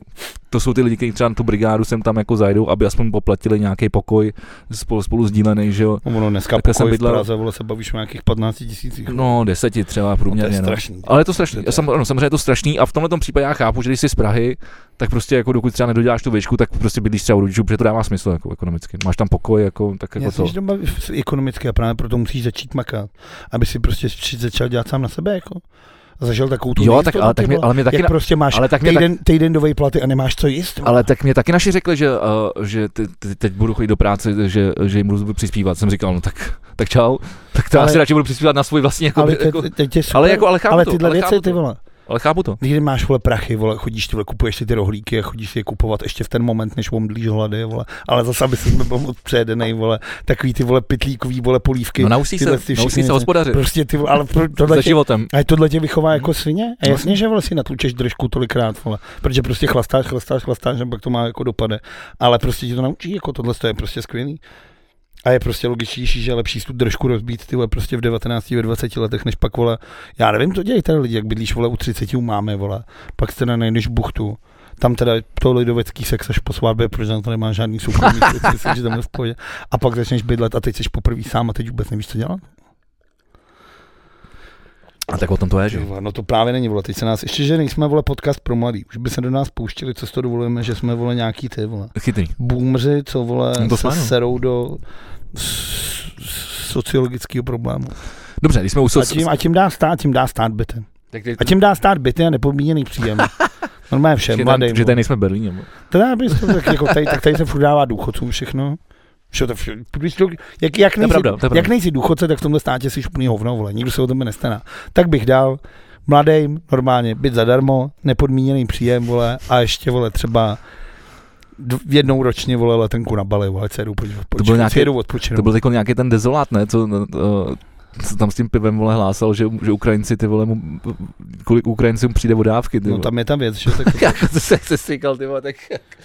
to jsou ty lidi, kteří třeba na tu brigádu sem tam jako zajdou, aby aspoň poplatili nějaký pokoj spolu, spolu sdílený, že jo. No, ono dneska pokoj Takhle jako jsem jsem bydlel. v Praze, vole, se bavíš o nějakých 15 tisících. No, deseti třeba no, to je průměrně. no. strašný. Ale je to strašný. To je- Sam, ano, samozřejmě je to strašný a v tomhle případě já chápu, že když jsi z Prahy, tak prostě jako dokud třeba nedoděláš tu výšku, tak prostě bydlíš třeba u rodičů, protože to dává smysl jako ekonomicky. Máš tam pokoj, jako, tak jako Jasně, to. že to baví s- ekonomicky a právě proto musíš začít makat, aby si prostě při- začal dělat sám na sebe, jako. A zažil takovou tu Jo, nejistotu, tak, ale, tak ty mě, vole. ale mě taky, jak na, prostě máš ale tak mě tak, týden, týden do platy a nemáš co jíst. vole. ale tak mě taky naši řekli, že, uh, že te, te, teď budu chodit do práce, že, že jim budu přispívat. Jsem říkal, no tak, tak čau, tak to ale, Ale- asi radši budu přispívat na svůj vlastní, jako, ale, jako, te, teď je super, ale, jako, ale chápu ale to, tyhle ale chápu věci, ty to. vole. Ale chápu to. Když máš vole prachy, vole, chodíš ty vole, kupuješ si ty rohlíky a chodíš si je kupovat ještě v ten moment, než omdlíš hlady, vole. Ale zase, aby si byl moc přejedenej, vole, takový ty vole pitlíkový, vole, polívky. No naučíš se, tyhle ty naučíš všichni- se hospodařit. Prostě ty vole, ale pro- Za tohle tě, životem. a tohle tě vychová jako svině? A No. jasně, že vole si natlučeš držku tolikrát, vole. Protože prostě chlastáš, chlastáš, chlastáš a pak to má jako dopade. Ale prostě ti to naučí, jako tohle to je prostě skvělý. A je prostě logičtější, že je lepší si tu držku rozbít ty vole prostě v 19, ve 20 letech, než pak vole. Já nevím, to dělají tady lidi, jak bydlíš vole u 30, u máme vole. Pak teda najdeš buchtu. Tam teda to lidovecký sex až po svatbě, protože tam to nemá žádný soukromý, věci, jsi, že tam je v pohodě. A pak začneš bydlet a teď jsi poprvé sám a teď vůbec nevíš, co dělat. A tak o tom to je, že? Ty jo? vole, No to právě není, vole, teď se nás, ještě že nejsme, vole, podcast pro mladý, už by se do nás pouštěli, co si to dovolujeme, že jsme, vole, nějaký ty, vole, Chytrý. boomři, co, vole, No to to se jsme, no. serou do s- s- sociologického problému. Dobře, když jsme u A soc... tím, a tím dá stát, tím dá stát byty. tak ty- A tím dá stát byty a nepodmíněný příjem. Normálně všem, že mladým. tady- že tady nejsme v Berlíně. bo. Teda bys to tak jako tady, tak tady se furt dává důchodcům všechno. Vše to vše, když to, jak, jak, je nejsi, pravda, to je pravda. jak nejsi důchodce, tak v tomhle státě jsi úplný hovno, vole, nikdo se o tebe nestaná. Tak bych dal mladým normálně byt zadarmo, nepodmíněný příjem, vole, a ještě, vole, třeba dv- jednou ročně, vole, letenku na Bali, vole, ať se jedu podívat, byl odpočinout, nějaký- si jedu odpočinout. To byl jako nějaký ten dezolát, ne? Co, eh, co tam s tím pivem vole hlásal, že, že Ukrajinci ty vole, mu, kolik Ukrajincům přijde vodávky, ty No vole. tam je ta věc, že tak, Jako to se, se stříkal, ty vole, tak,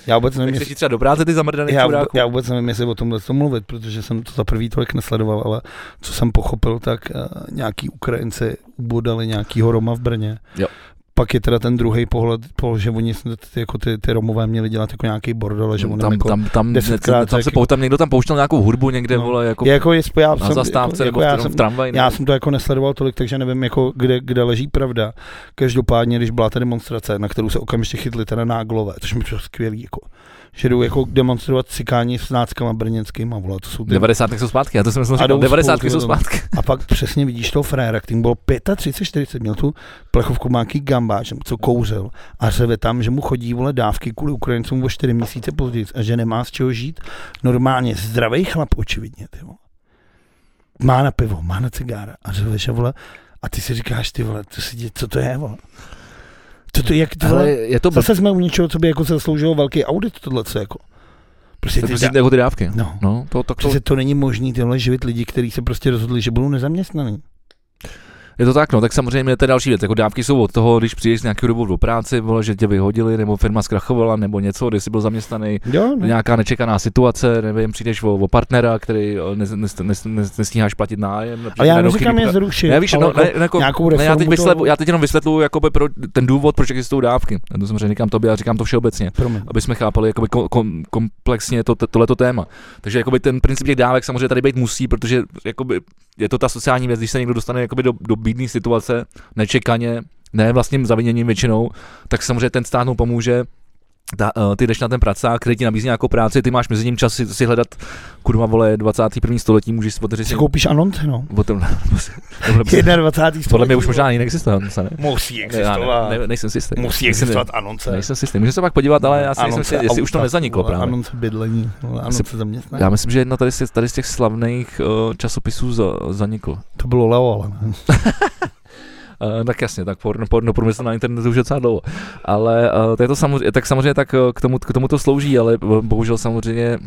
já vůbec nevím, tak jestli- se třeba do práce ty zamrdaný No, já, vůbec, čuráku. já vůbec nevím, jestli o tomhle to mluvit, protože jsem to za prvý tolik nesledoval, ale co jsem pochopil, tak eh, nějaký Ukrajinci ubodali nějakýho Roma v Brně. Jo. Pak je teda ten druhý pohled, pohled že oni snad ty, jako ty, ty Romové měli dělat jako nějaký bordel, a že on tam, jako, tam, tam, desetkrát tam, se, řekl- pou- tam, někdo tam pouštěl nějakou hudbu někde, No. vole, jako je jako, jestli já na jsem, jako, zastávce nebo jako já v, jsem, jsem, v tramvaji. já jsem to jako nesledoval tolik, takže nevím, jako, kde, kde leží pravda. Každopádně, když byla ta demonstrace, na kterou se okamžitě chytli teda náglové, což mi to skvělý, jako, že jdou jako demonstrovat cikání s náckama brněnskýma, vole, to jsou ty 90. jsou zpátky, já to jsem A říkal, jdou 90. spolu, jsou ty vole. zpátky. A pak přesně vidíš toho fréra, kterým bylo 35, 40, měl tu plechovku má nějaký gambáč, nebo Mhm. co kouřil a řeve tam, že mu chodí vole dávky kvůli Ukrajincům o 4 měsíce později a že nemá z čeho žít. Normálně zdravý chlap očividně, ty vole. Má na pivo, má na cigára a řeve, že vole, a ty si říkáš, ty vole, co, si dě, co to je, vole? Co to je, jak ty Ale vole? je to blbý, Zase jsme u něčeho, co by jako se zasloužilo velký audit, tohle co jako. Prostě to ty, prostě dá... jako ty dávky. no. No, to, tak to, Přece to není možný tyhle živit lidi, kteří se prostě rozhodli, že budou nezaměstnaný. je to tak, no, tak samozřejmě to je další věc. Jako dávky jsou od toho, když přijdeš nějakou dobu do práce, vole, že tě vyhodili, nebo firma zkrachovala, nebo něco, když jsi byl zaměstnaný, Jo, no. nějaká nečekaná situace, nevím, přijdeš o, o partnera, který o, nes, nes, nes, nes, nestíháš platit nájem. Ale já najednou neříkám chybí je pra- zrušit. ne, víš, ale no, ne, jako, nějakou ne, reformu já, teď vyslepu, do... já teď jenom vysvětluju jakoby pro ten důvod, proč existují dávky. Já to samozřejmě říkám tobě, já říkám to všeobecně. Promiň. aby jsme chápali jakoby kom, kom, komplexně to, to, tohleto téma. Takže jakoby ten princip těch dávek samozřejmě tady být musí, protože jakoby je to ta sociální věc, když se někdo dostane jakoby do, do bídné situace, nečekaně, ne vlastním zaviněním většinou, tak samozřejmě ten stát mu pomůže, ta, eh, ty jdeš na ten pracák, který ti nabízí nějakou práci, ty máš mezi ním čas si, si hledat, kurva vole, 21. století, můžeš si otevřít Si si... koupíš anonce, no. O tom, tohle, 21. podle mě už možná ani neexistuje, Hansa, ne? Musí Ne, já existovat. ne, ne, nejsem si jistý. Musí Myslím, existovat anonce. Nejsem si jistý. Můžeme se pak podívat, ale já si nejsem Anonce si, jestli už to auta, nezaniklo vole, právě. Anonce bydlení, vole, anonce zaměstnání. Já myslím, že jedna tady z, těch- tady z těch slavných uh, časopisů za, zanikl. Uh, To bylo Leo, ale ne. Eh, tak jasně, tak porno, porno průmysl na internetu už je docela dlouho. Ale uh, to je to samozřejmě, tak samozřejmě tak eh, k tomu, k tomu to slouží, ale bo- bohužel samozřejmě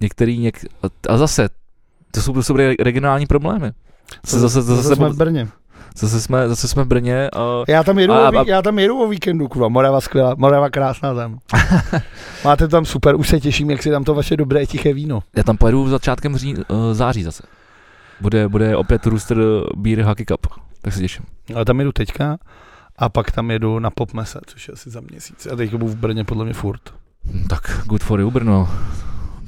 některý, něk, a zase, to jsou, to jsou re- regionální problémy. Zase, zase, zase, Zase jsme v zase, Brně. zase, jsme, zase jsme v Brně. Uh, Já tam jedu, A- o vík- a- já tam jedu o víkendu, kurva. Morava skvělá, Morava krásná tam. Máte to tam super, už se těším, jak si tam to vaše dobré tiché víno. já tam pojedu začátkem ří, uh, září zase. Bude, bude opět Rooster Beer Hockey Cup. Tak se těším. Ale tam jedu teďka a pak tam jedu na Popmese, což je asi za měsíc. A teď budu v Brně podle mě furt. Hm, Tak good for you, Brno.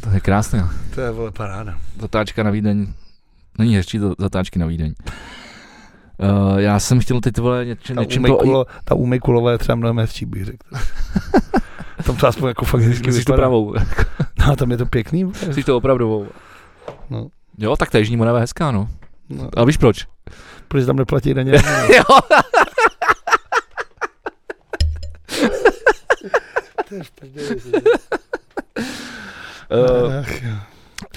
To je krásné. To je vole paráda. zatáčka na Vídeň. Není hezčí za- zatáčky na Vídeň. Uh, já jsem chtěl teď vole něč, Ta něčím to... umykulo, ta umykulová je třeba mnohem hezčí, bych řekl. tam to aspoň jako fakt hezky Myslíš tu vypadá. pravou, No, tam je to pěkný. vole. myslíš to opravdovou. No. Jo, tak ta Jižní Morava je hezká, no. No, A víš proč? protože tam neplatí daně. Jo. Eh, Ach, jo. Eh,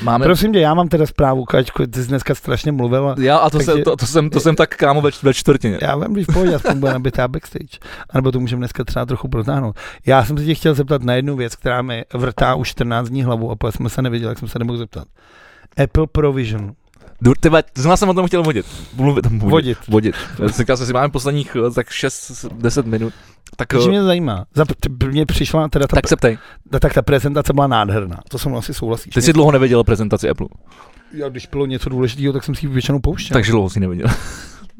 Máme, Prosím tě, já mám teda zprávu, Kačko, ty jsi dneska strašně mluvila. já, a to, takže- se, to, to, jsem, to jsem tak kámo ve, ve čtvrtině. Já vím, když v pohodě, aspoň bude nabitá backstage. A nebo to můžeme dneska třeba trochu protáhnout. Já jsem se tě chtěl zeptat na jednu věc, která mi vrtá už 14 dní hlavu a pak jsme se neviděli, jak jsem se nemohl zeptat. Apple Provision. Jdu- Tebe, zrovna jsem o tom chtěl vodit. Mluvit, mluvit. Vodit. Vodit. Já jsem říkal, že si máme posledních eh, tak 6-10 minut. Tak, Takže eh, mě zajímá. Za, t- mě přišla teda ta, tak se ptej. ta, tak ta prezentace byla nádherná. To jsem asi souhlasíš. Ty jsi dlouho neviděl prezentaci Apple. Já, když bylo něco důležitého, tak jsem si ji většinou pouštěl. Takže dlouho si neviděl.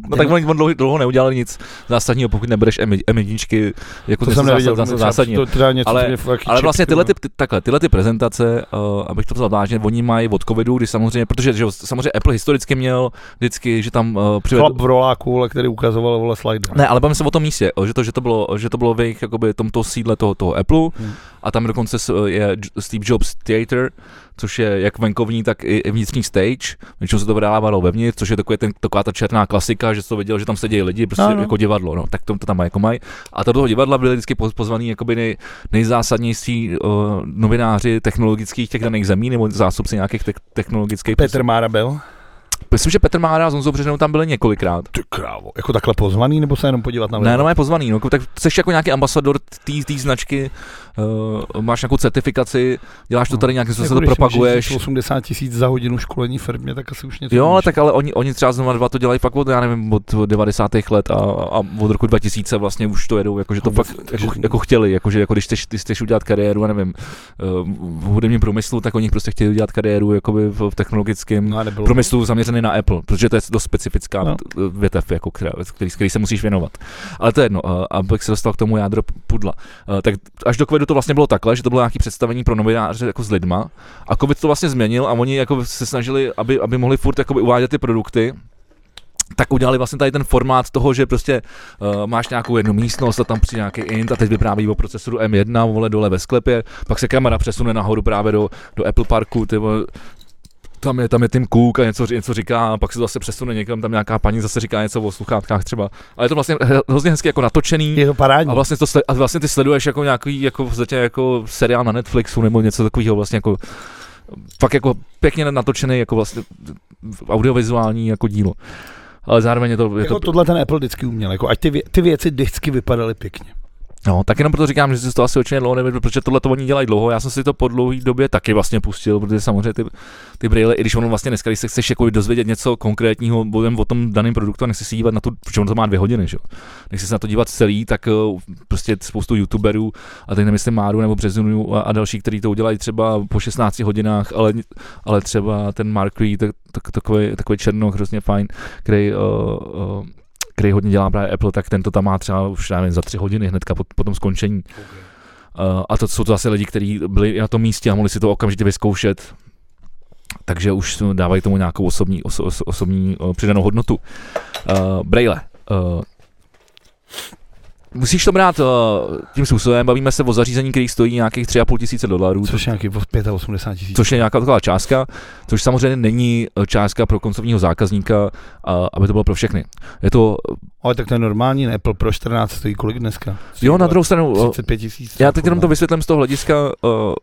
No tak Jenom- on, on dlouho, dlouho neudělal nic zásadního, pokud nebereš M- M1, jako to něco jsem neviděl. zásad- to zásad- zásadního. To teda něco, Ale- co mě fakt Ale čip- vlastně tyhle, ty, ty- takhle, tyhle ty prezentace, uh, abych to vzal vážně, oni mají od covidu, kdy samozřejmě, protože že, jo, samozřejmě Apple historicky měl vždycky, že tam uh, přivedl... Chlap v roláku, vole, který ukazoval vole slide. Ne, ale bavím se o tom místě, o, že to, že to bylo, že to bylo v jejich jakoby, tomto sídle toho, toho Apple Hmm. a tam dokonce s- je J- Steve Jobs Theater, což je jak venkovní, tak i i vnitřní stage, většinou se to vydávalo vevnitř, což je takový ten, taková ta černá klasika, že jsi to viděl, že tam se dějí lidi, prostě Ano. jako divadlo, no, tak to, to tam mají, jako mají. A do toho divadla byli vždycky poz- pozvaný jakoby nej, nejzásadnější uh, novináři technologických těch daných zemí nebo zástupci nějakých te- technologických. Petr Mára byl. Myslím, že Petr Mára s Honzou Břežinou tam byli několikrát. Ty krávo. Jako takhle pozvaný, nebo se jenom podívat na Ne, no, je pozvaný, no, tak jsi jako nějaký ambasador té značky, uh, máš nějakou certifikaci, děláš to No. tady nějakým Jako způsobem, když to propaguješ. můžeš jít 80 tisíc za hodinu školení firmě, tak asi už něco Jo, ale můžeš. tak ale oni, oni třeba znova dva to dělají fakt od, já nevím, od 90. let a, a od roku 2000 vlastně už to jedou, jakože to Vůbec, fakt takže- jako, jako chtěli, jakože jako když chceš, ty chceš udělat kariéru, já nevím, eh, v hudebním průmyslu, tak oni prostě chtěli udělat kariéru jakoby v, v technologickém No a nebylo. průmyslu zaměřený na Apple, protože to je dost specifická No. no. větev, jako která, který, který, se musíš věnovat. Ale to je jedno, eh, abych se dostal k tomu jádro p- pudla. Eh, Tak až do covidu to vlastně bylo takhle, že to bylo nějaké představení pro novináře jako s lidma a covid to vlastně změnil a oni jako se snažili, aby, aby mohli furt jakoby uvádět ty produkty, tak udělali vlastně tady ten formát toho, že prostě uh, máš nějakou jednu místnost a tam přijde nějaký int a teď vypráví o procesoru M1, vole dole ve sklepě, pak se kamera přesune nahoru právě do, do Apple Parku, ty vole, tam je, tam je Tim Cook a něco, ři- něco říká, a pak se to zase přesune někam, tam nějaká paní zase říká něco o sluchátkách třeba. Ale je to vlastně he- hrozně hezky jako natočený. Je to parádní. A vlastně, to, sle- a vlastně ty sleduješ jako nějaký jako, v podstatě jako seriál na Netflixu nebo něco takového vlastně jako fakt jako pěkně natočený jako vlastně audiovizuální jako dílo. Ale zároveň je to, je jako to, tohle ten Apple vždycky uměl, jako, ať ty, vě- ty věci vždycky vypadaly pěkně. no, tak jenom proto říkám, že jsi to asi určitě dlouho nevěděl, protože tohle to oni dělají dlouho, já jsem si to po dlouhé době taky vlastně pustil, protože samozřejmě ty, ty brýle, i když ono vlastně dneska, když se chceš jako dozvědět něco konkrétního bodem o tom daném produktu a nechci si dívat na to, protože ono to má dvě hodiny, že jo. Nechci se na to dívat celý, tak eh, prostě spoustu youtuberů, a teď nemyslím Máru nebo Březinu a, a další, kteří to udělají třeba po 16 hodinách, ale, ale třeba ten Mark Lee, tak, tak, takový, takový černok, hrozně fajn, který, uh, uh, který hodně dělá právě Apple, tak ten to tam má třeba už já nevím, za tři hodiny hnedka po, po tom skončení. Uh, a to jsou to zase lidi, kteří byli na tom místě a mohli si to okamžitě vyzkoušet. Takže už dávají tomu nějakou osobní, oso, oso, osobní uh, přidanou hodnotu. Uh, Braille. Uh, musíš to brát uh, tím způsobem, bavíme se o zařízení, který stojí nějakých 3,5 tisíce dolarů, Což je nějaký 85 tisíc. což je nějaká taková částka, což samozřejmě není eh, částka pro koncovního zákazníka, a, aby to bylo pro všechny. Je to, Ale tak to je normální, ne? Apple pro 14 stojí kolik dneska? jo, na druhou stranu, eh, 35 tisíc. jako, já teď jenom to vysvětlím z toho hlediska uh,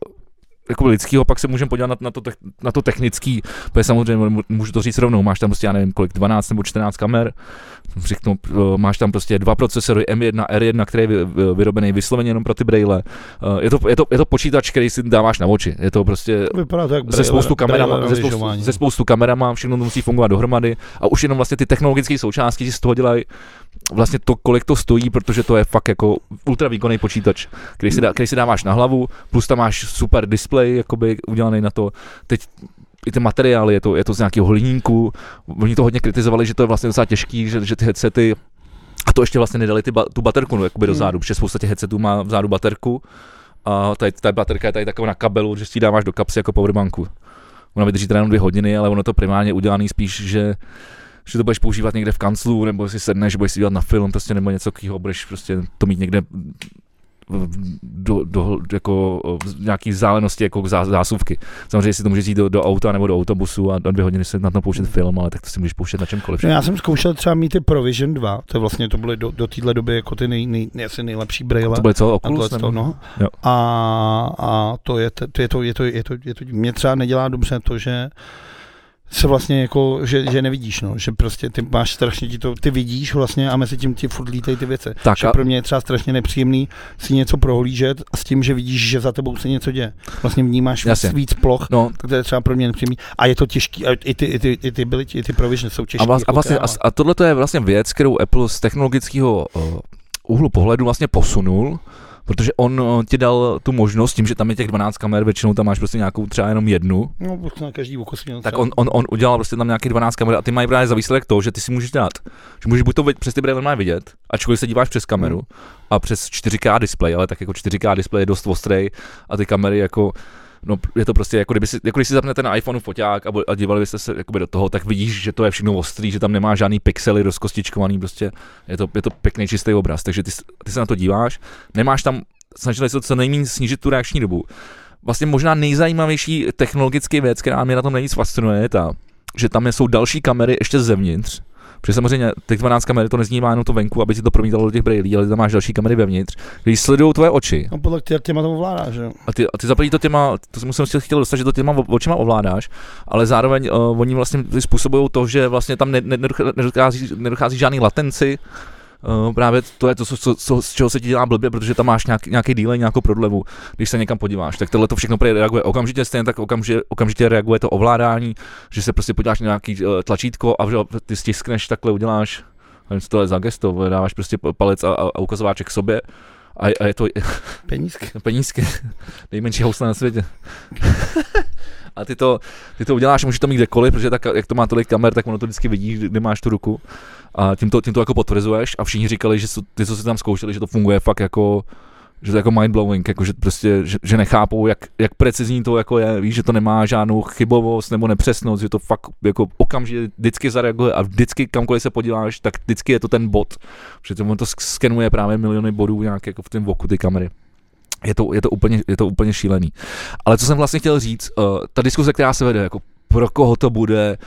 jako lidského, pak se můžeme podívat na, na, to, tech- na to technický, protože samozřejmě mu- můžu to říct rovnou, máš tam prostě, já nevím, kolik, 12 nebo 14 kamer, řeknu, eh, máš tam prostě dva procesory, M1, R1, který je vy- vy- vyrobený vysloveně jenom pro ty braille. Eh, Je to, je, to, je to počítač, který si dáváš na oči, je to prostě no. Vypadá to jak se spoustu kamerama, brýle se na spoustu, lyžování. se spoustu kamerama, všechno to musí fungovat dohromady a už jenom vlastně ty technologické součástky ti z toho dělají vlastně to, kolik to stojí, protože to je fakt jako ultra výkonný počítač, který si, dá, který si dáváš na hlavu, plus tam máš super display, jakoby udělaný na to. Teď i ty materiály, je to, je to z nějakého hliníku, oni to hodně kritizovali, že to je vlastně docela těžký, že, že ty headsety a to ještě vlastně nedali ty ba, tu baterku no, jakoby do Hmm. zádu, protože spousta těch headsetů má vzadu baterku a tady, ta baterka je tady taková na kabelu, že si ji dáváš do kapsy jako powerbanku. Ona vydrží teda jenom dvě hodiny, ale ono to primárně udělané spíš, že že to budeš používat někde v kanclu, nebo si sedneš, budeš si dělat na film, prostě nebo něco takového, budeš prostě to mít někde do, do, jako v nějaký vzdálenosti jako k zá- zásuvky. Samozřejmě si to můžeš jít do, do auta nebo do autobusu a do dvě hodiny se na to pouštět film, ale tak to si můžeš pouštět na čemkoliv. No Hmm. já jsem zkoušel třeba mít ty Provision 2, to je vlastně to byly do, do téhle doby jako ty nej, nej, asi nejlepší braille. To bude celé A tohle Oculus, to, nebo? no. Jo. A, a to, je, t- to, je to, je to, je to, je to, mě třeba nedělá dobře to, že se vlastně jako, že, že nevidíš, no, že prostě ty máš strašně, ti to, ty vidíš vlastně a mezi tím ti furt lítají ty věci. Tak Že a, pro mě je třeba strašně nepříjemný si něco prohlížet a s tím, že vidíš, že za tebou se něco děje. Vlastně vnímáš víc, Jasně. víc ploch, no, tak to je třeba pro mě nepříjemný. A je to těžký, a i ty, i ty, i ty, byly, i ty provision jsou jako těžké. a, vlast, a, vlastně, a, s- a tohle je vlastně věc, kterou Apple z technologického eh, úhlu pohledu vlastně posunul, protože on eh, ti dal tu možnost tím, že tam je těch 12 kamer, většinou tam máš prostě nějakou třeba jenom jednu, No, prostě na každý úkos měl tak třeba- on, on, on udělal prostě tam nějaký 12 kamer a ty mají právě za výsledek to, že ty si můžeš dát, že můžeš buď to vi- přes ty brýle normálně vidět, ačkoliv se díváš přes kameru a přes 4K displej, ale tak jako 4K displej je dost ostrý a ty kamery jako No, je to prostě, jako, kdyby si, jako když si zapnete na iPhoneu foťák a, bu- a dívali byste se jakoby, do toho, tak vidíš, že to je všechno ostrý, že tam nemá žádný pixely rozkostičkovaný, prostě je to, je to pěkný čistý obraz, takže ty, s- ty se na to díváš, nemáš tam, snažili se co nejméně snížit tu reakční dobu. Vlastně možná nejzajímavější technologický věc, která mě na tom nejvíc fascinuje, je ta, že tam jsou další kamery ještě zevnitř. Protože samozřejmě těch 12 kamer to neznímá jenom to venku, aby si to promítalo do těch brýlí, ale tam máš další kamery vevnitř, když sledují tvoje oči. No podle tě- těma to ovládá, že jo? A ty, a ty zaplní to těma, to jsem se chtěl dostat, že to těma o- očima ovládáš, ale zároveň uh, oni vlastně způsobují to, že vlastně tam ne, ne, nedoch- nedochází, nedochází žádný latenci, Uh, právě to je to, co, co, co, z čeho se ti dělá blbě, protože tam máš nějaký, nějaký delay, nějakou prodlevu, když se někam podíváš. Tak tohle to všechno prý reaguje okamžitě, stejně tak okamžitě, okamžitě reaguje to ovládání, že se prostě podíváš na nějaký uh, tlačítko a že, ty stiskneš, takhle uděláš, nevím, co to je za gesto, dáváš prostě palec a, a, a ukazováček k sobě a, a je to Penízky. penízky, nejmenší housle na světě. A ty to, ty to uděláš, může to mít kdekoliv, protože tak, jak to má tolik kamer, tak ono to vždycky vidí, kde máš tu ruku. A tím to, tím to jako potvrzuješ a všichni říkali, že co- ty, co si tam zkoušeli, že to funguje fakt jako že to je jako mindblowing, jako že prostě, že, že nechápou, jak, jak precizní to jako je, víš, že to nemá žádnou chybovost nebo nepřesnost, že to fakt jako okamžitě vždycky zareaguje a vždycky kamkoliv se podíváš, tak vždycky je to ten bod, že to, on to sk- skenuje právě miliony bodů nějak jako v tom voku ty kamery. Je to, je, to úplně, je to úplně šílený. Ale co jsem vlastně chtěl říct, uh, ta diskuze, která se vede, jako pro koho to bude,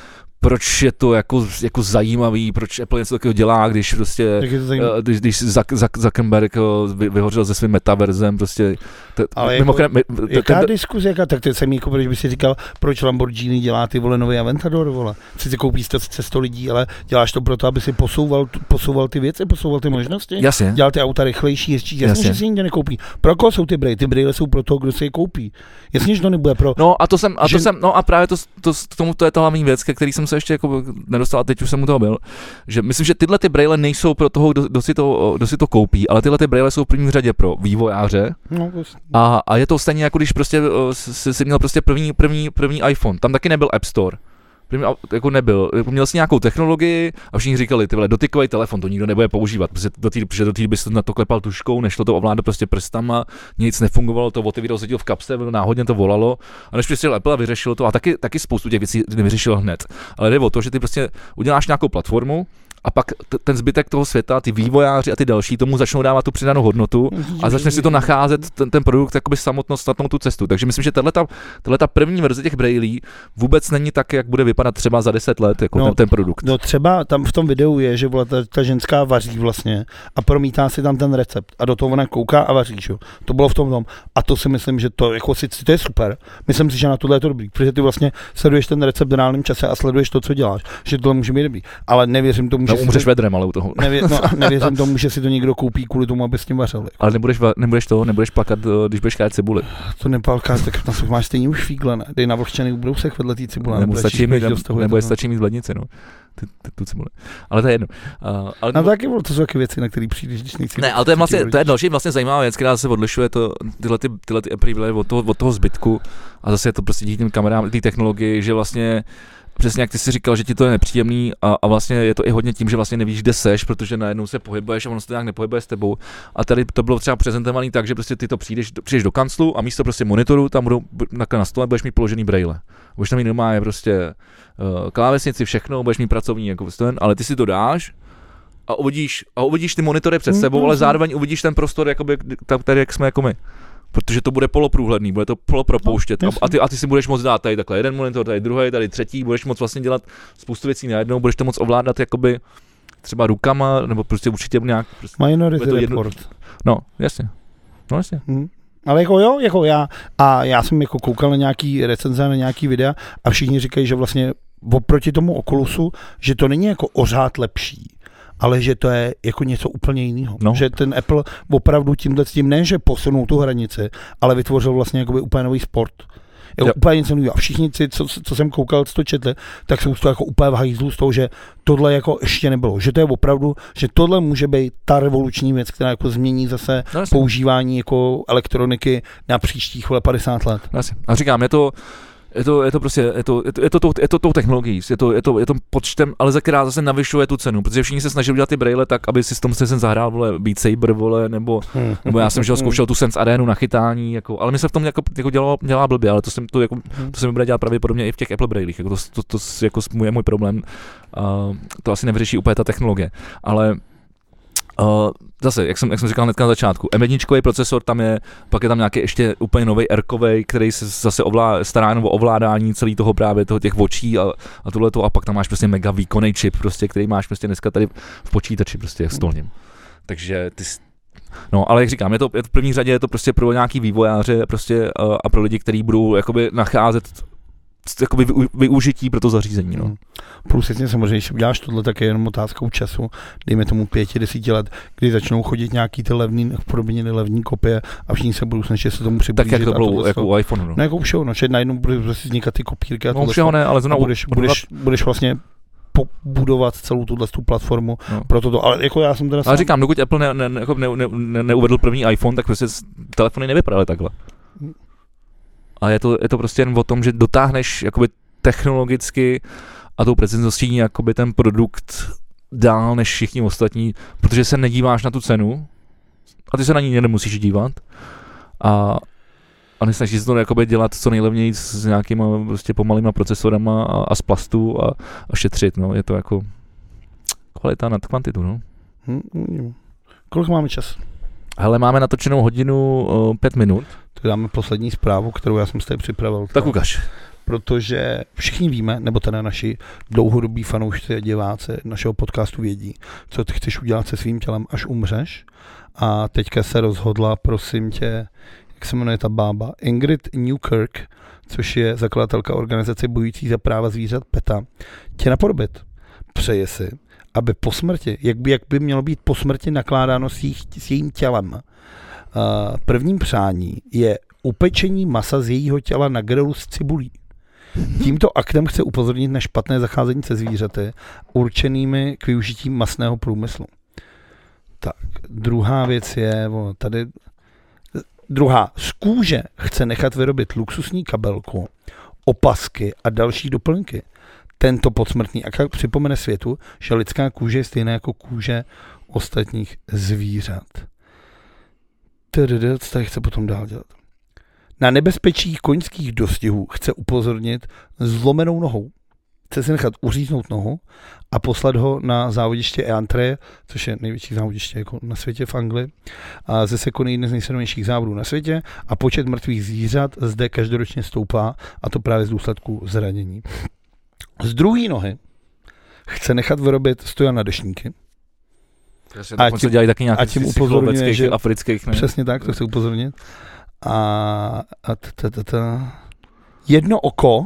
proč je to jako, jako zajímavý, proč Apple něco takového dělá, když prostě... Tak je to zajímavé. Eh, Když, když Zuck- Zuck- Zuckerberg eh, vy- vyhořel se svým metaverzem, prostě... T- Ale jako- mimochodem, mi- t- Jaká ten- diskuze, jaká, tak to jsem jako, když by si říkal, proč Lamborghini dělá ty vole nový Aventador, vole. Sice koupíš to sice 100 lidí, ale děláš to proto, aby si posouval, tu- posouval ty věci, posouval ty možnosti. Jasně, Dělal ty auta rychlejší, jistší, jasně, Jasně. že si nikdo nekoupí. Pro koho jsou ty brýle? Ty brýle jsou pro toho, kdo si je koupí. Jasně, že to nebude pro... No a to jsem, a to Že- jsem, no a právě to, to, k tomu to je ta hlavní věc, ke který jsem se ještě jako nedostal a teď už jsem u toho byl, že myslím, že tyhle ty braille nejsou pro toho, kdo, kdo, si to, kdo si to koupí, ale tyhle ty braille jsou v první řadě pro vývojáře No, jasně. a, a je to stejně jako když prostě eh, si, si měl prostě první, první, první iPhone, tam taky nebyl App Store. První, au- jako nebyl. Jako Měl jsi nějakou technologii a všichni říkali, ty vole, dotykový telefon, to nikdo nebude používat, protože do té, protože do té doby jsi na to klepal tuškou, nešlo to ovládat prostě prstama, nic nefungovalo, to otevíral se v kapse, náhodně to volalo. A než přišel Apple a vyřešil to, a taky, taky spoustu těch věcí nevyřešil hned. Ale jde o to, že ty prostě uděláš nějakou platformu, a pak t- ten zbytek toho světa, ty vývojáři a ty další tomu začnou dávat tu přidanou hodnotu a začne si to nacházet, ten, ten produkt, jakoby samotnost, snadnou tu cestu. Takže myslím, že tahle ta první verze těch brailí vůbec není tak, jak bude vypadat třeba za 10 let, jako No, no, ten, ten produkt. No třeba tam v tom videu je, že vole, ta, ta ženská vaří vlastně a promítá si tam ten recept a do toho ona kouká a vaří, že? jo. To bylo v tom tom. A to si myslím, že to, jako si, to je super. Myslím si, že na tohle je to dobrý, protože ty vlastně sleduješ ten recept v reálném čase a sleduješ to, co děláš, že tohle může být dobrý. Ale nevěřím tomu, že No, si umřeš to, vedrem, ale u toho. nevě, no, a nevěřím tomu, že si to někdo koupí kvůli tomu, aby s tím vařil. Ale nebudeš, va- nebudeš to, nebudeš plakat, eh, když budeš krát cibuli. To nepalka, tak tam se máš stejně už fíglené. Dej na vlhčený ubrousek vedle té cibule. nebo stačí stačí mít, mít do vztahu, je nebo to je no. stačí mít v lednici, no. Ty, ty, tu cibuli. Ale to je jedno. Uh, ale No taky, vole, to jsou taky věci, na které přijdeš, když nejsi Ne, ale to je, vlastně, to je další vlastně zajímavá věc, která se odlišuje to, tyhle, ty, tyhle ty Apple od toho, od toho zbytku a zase je to prostě díky těm kamerám, té technologii, že vlastně přesně jak ty si říkal, že ti to je nepříjemný a, a, vlastně je to i hodně tím, že vlastně nevíš, kde seš, protože najednou se pohybuješ a ono se to nějak nepohybuje s tebou. A tady to bylo třeba prezentovaný tak, že prostě ty to přijdeš, přijdeš do kanclu a místo prostě monitoru, tam budou bu- na, na stole budeš mít položený braille. Budeš tam mít eh, prostě normálně prostě uh, klávesnici, všechno, budeš mít pracovní jako ten, ale ty si to dáš a uvidíš, a uvidíš ty monitory před sebou, Mhm. ale zároveň uvidíš ten prostor, jakoby, kdy- tak tady, jak jsme jako my. Protože to bude poloprůhledný, bude to polopropouštět. No, a, a, ty, a ty si budeš moc dát tady takhle jeden monitor, tady druhý, tady třetí, budeš moc vlastně dělat spoustu věcí najednou, budeš to moc ovládat jakoby třeba rukama, nebo prostě určitě nějak. Prostě, Minority Bude to jedno- Report. no, jasně. No jasně. Hm. Ale jako jo, jako já, a já jsem jako koukal na nějaký recenze, na nějaký videa a všichni říkají, že vlastně oproti tomu Oculusu, že to není jako ořád lepší, ale že to je jako něco úplně jiného. No. Že ten Apple opravdu tímhle s tím ne, že posunul tu hranici, ale vytvořil vlastně jakoby úplně nový sport. Jako Jo. úplně něco nového. A všichni, si, co, co, jsem koukal, co to četli, tak jsou z toho jako úplně v hajzlu z toho, že tohle jako ještě nebylo. Že to je opravdu, že tohle může být ta revoluční věc, která jako změní zase No, jasně. používání jako elektroniky na příštích vole 50 let. Asi. no, A říkám, je to, je to, je to prostě, je to, je to, je to, tou- je to tou technologií, je to, je to, je to počtem, ale za která zase navyšuje tu cenu, protože všichni se snaží udělat ty braille tak, aby si s tom se zahrál, vole, Beat Saber, vole, nebo, Hmm. nebo já jsem šel, zkoušel tu Sense Arenu na chytání, jako, ale mi se v tom jako, jako dělalo, dělá blbě, ale to, jsem, to, jako, Hmm. to se mi bude dělat pravděpodobně i v těch Apple brailích, jako to, to, to s- jako s- je můj problém, uh, to asi nevyřeší úplně ta technologie, ale Uh, zase, jak jsem, jak jsem říkal hnedka na začátku, M1 procesor tam je, pak je tam nějaký ještě úplně nový r který se zase ovlá, stará jenom o ovládání celý toho právě toho těch očí a, a tohle a pak tam máš prostě mega výkonný čip, prostě, který máš prostě dneska tady v počítači prostě v stolním. Takže ty, s- No, ale jak říkám, je to, je to v první řadě je to prostě pro nějaký vývojáře prostě, uh, a pro lidi, kteří budou jakoby nacházet c- jakoby vyu- využití pro to zařízení. No. Hmm. Plus jasně samozřejmě, když uděláš tohle, tak je jenom otázkou času, dejme tomu pěti, desíti let, kdy začnou chodit nějaký ty levný, v podobně nelevní kopie a všichni se budou snažit se tomu Tak přiblížit. jak to a bylo tohle jako to- u iPhone. No, No jako u všeho, no, že najednou budou prostě vznikat ty kopírky a no u tohle všeho ne, ale to. a zrovna u- budeš, u- budeš, budeš vlastně pobudovat celou tuhle tu platformu No. pro toto, ale jako já jsem teda Ale říkám, dokud Apple ne, ne, ne, jako ne, ne, ne, neuvedl první iPhone, tak prostě s- telefony nevypadaly takhle. Hmm. A je to, je to prostě jen o tom, že dotáhneš jakoby technologicky a tou prezenzností jakoby ten produkt dál než všichni ostatní, protože se nedíváš na tu cenu a ty se na ní nemusíš dívat a, a nesnažíš se to jakoby dělat co nejlevněji s nějakýma prostě pomalýma procesorama a, a z plastu a, a šetřit, no, je to jako kvalita nad kvantitu, no. Hm, hm, Kolik máme čas? Hele, máme natočenou hodinu uh, pět minut. Tak dáme poslední zprávu, kterou já jsem si tady připravil. Tak ukaž. protože všichni víme, nebo teda naši dlouhodobí fanoušci a diváci našeho podcastu vědí, co ty chceš udělat se svým tělem, až umřeš. A teďka se rozhodla, prosím tě, jak se jmenuje ta bába, Ingrid Newkirk, což je zakladatelka organizace bojující za práva zvířat PETA, tě napodobit. Přeje si, aby po smrti, jak by, jak by mělo být po smrti nakládáno s, jejich, s jejím tělem, Uh, prvním přání je upečení masa z jejího těla na grilu s cibulí. Tímto aktem chce upozornit na špatné zacházení se zvířaty určenými k využití masného průmyslu. Tak, druhá věc je, o, tady, druhá, z kůže chce nechat vyrobit luxusní kabelku, opasky a další doplňky. Tento podsmrtný akt připomene světu, že lidská kůže je stejná jako kůže ostatních zvířat. TDD, co tady chce potom dál dělat? Na nebezpečí koňských dostihů chce upozornit zlomenou nohou. Chce si nechat uříznout nohu a poslat ho na závodiště Eantre, což je největší závodiště jako na světě v Anglii. A ze se koná jeden z nejsilnějších závodů na světě a počet mrtvých zvířat zde každoročně stoupá a to právě z důsledku zranění. Z druhé nohy chce nechat vyrobit stojana dešníky. A tím, se dělají taky nějaké a tím upozorňuje, že- afrických, ne? Přesně tak, to chci upozornit. A, a t, t, t, t. jedno oko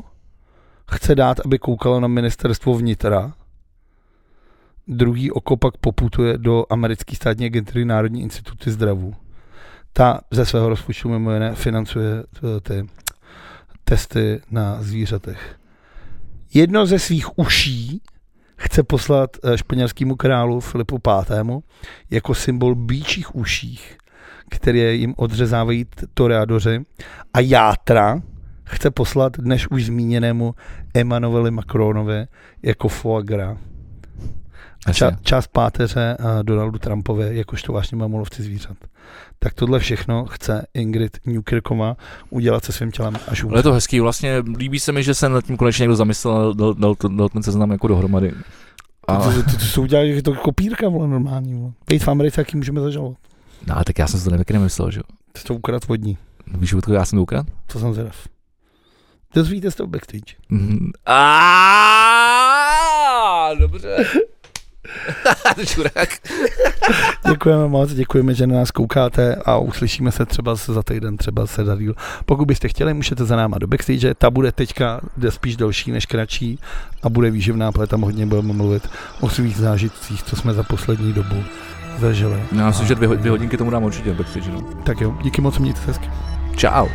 chce dát, aby koukalo na ministerstvo vnitra. Druhý oko pak poputuje do americké státní agentury Národní instituty zdravu. Ta ze svého rozpočtu mimo jiné financuje t- ty testy na zvířatech. Jedno ze svých uší chce poslat eh, španělskému králu Filipu V. jako symbol bíčích uších které jim odřezávají t- toreadoři a játra chce poslat dnes už zmíněnému Emanueli Macronovi jako foie gras. Jasně. Ča- část páteře a Donaldu Trumpovi, jakožto vážně mamulovci zvířat. Tak tohle všechno chce Ingrid Newkirkoma udělat se svým tělem až Ale je umře. to hezký, vlastně líbí se mi, že se nad tím konečně někdo zamyslel, dal, dal, to- dal ten seznam jako dohromady. A... To, A, to, to, to, jsou udělali, že to je kopírka, vole, normální, vole. Vejt v Americe, jaký můžeme zažalovat. no, ale tak já jsem si to taky nemyslel, že jo. Ty to ukrad vodní, No, Víš, Vítku, já jsem to ukradl? to jsem zvědav. Dozvíte se to backstage. Mhm. Aaaa, Dobře. Čurák. Děkujeme moc, děkujeme, že na nás koukáte a uslyšíme se třeba za týden, třeba se za díl. Pokud byste chtěli, můžete za náma do backstage, ta bude teďka jde spíš delší než kratší a bude výživná, protože tam hodně budeme mluvit o svých zážitcích, co jsme za poslední dobu zažili. Já myslím, že dvě, ho- dvě hodinky tomu dám určitě, tak si, že no. Tak jo, díky moc, mějte se hezky. Čau.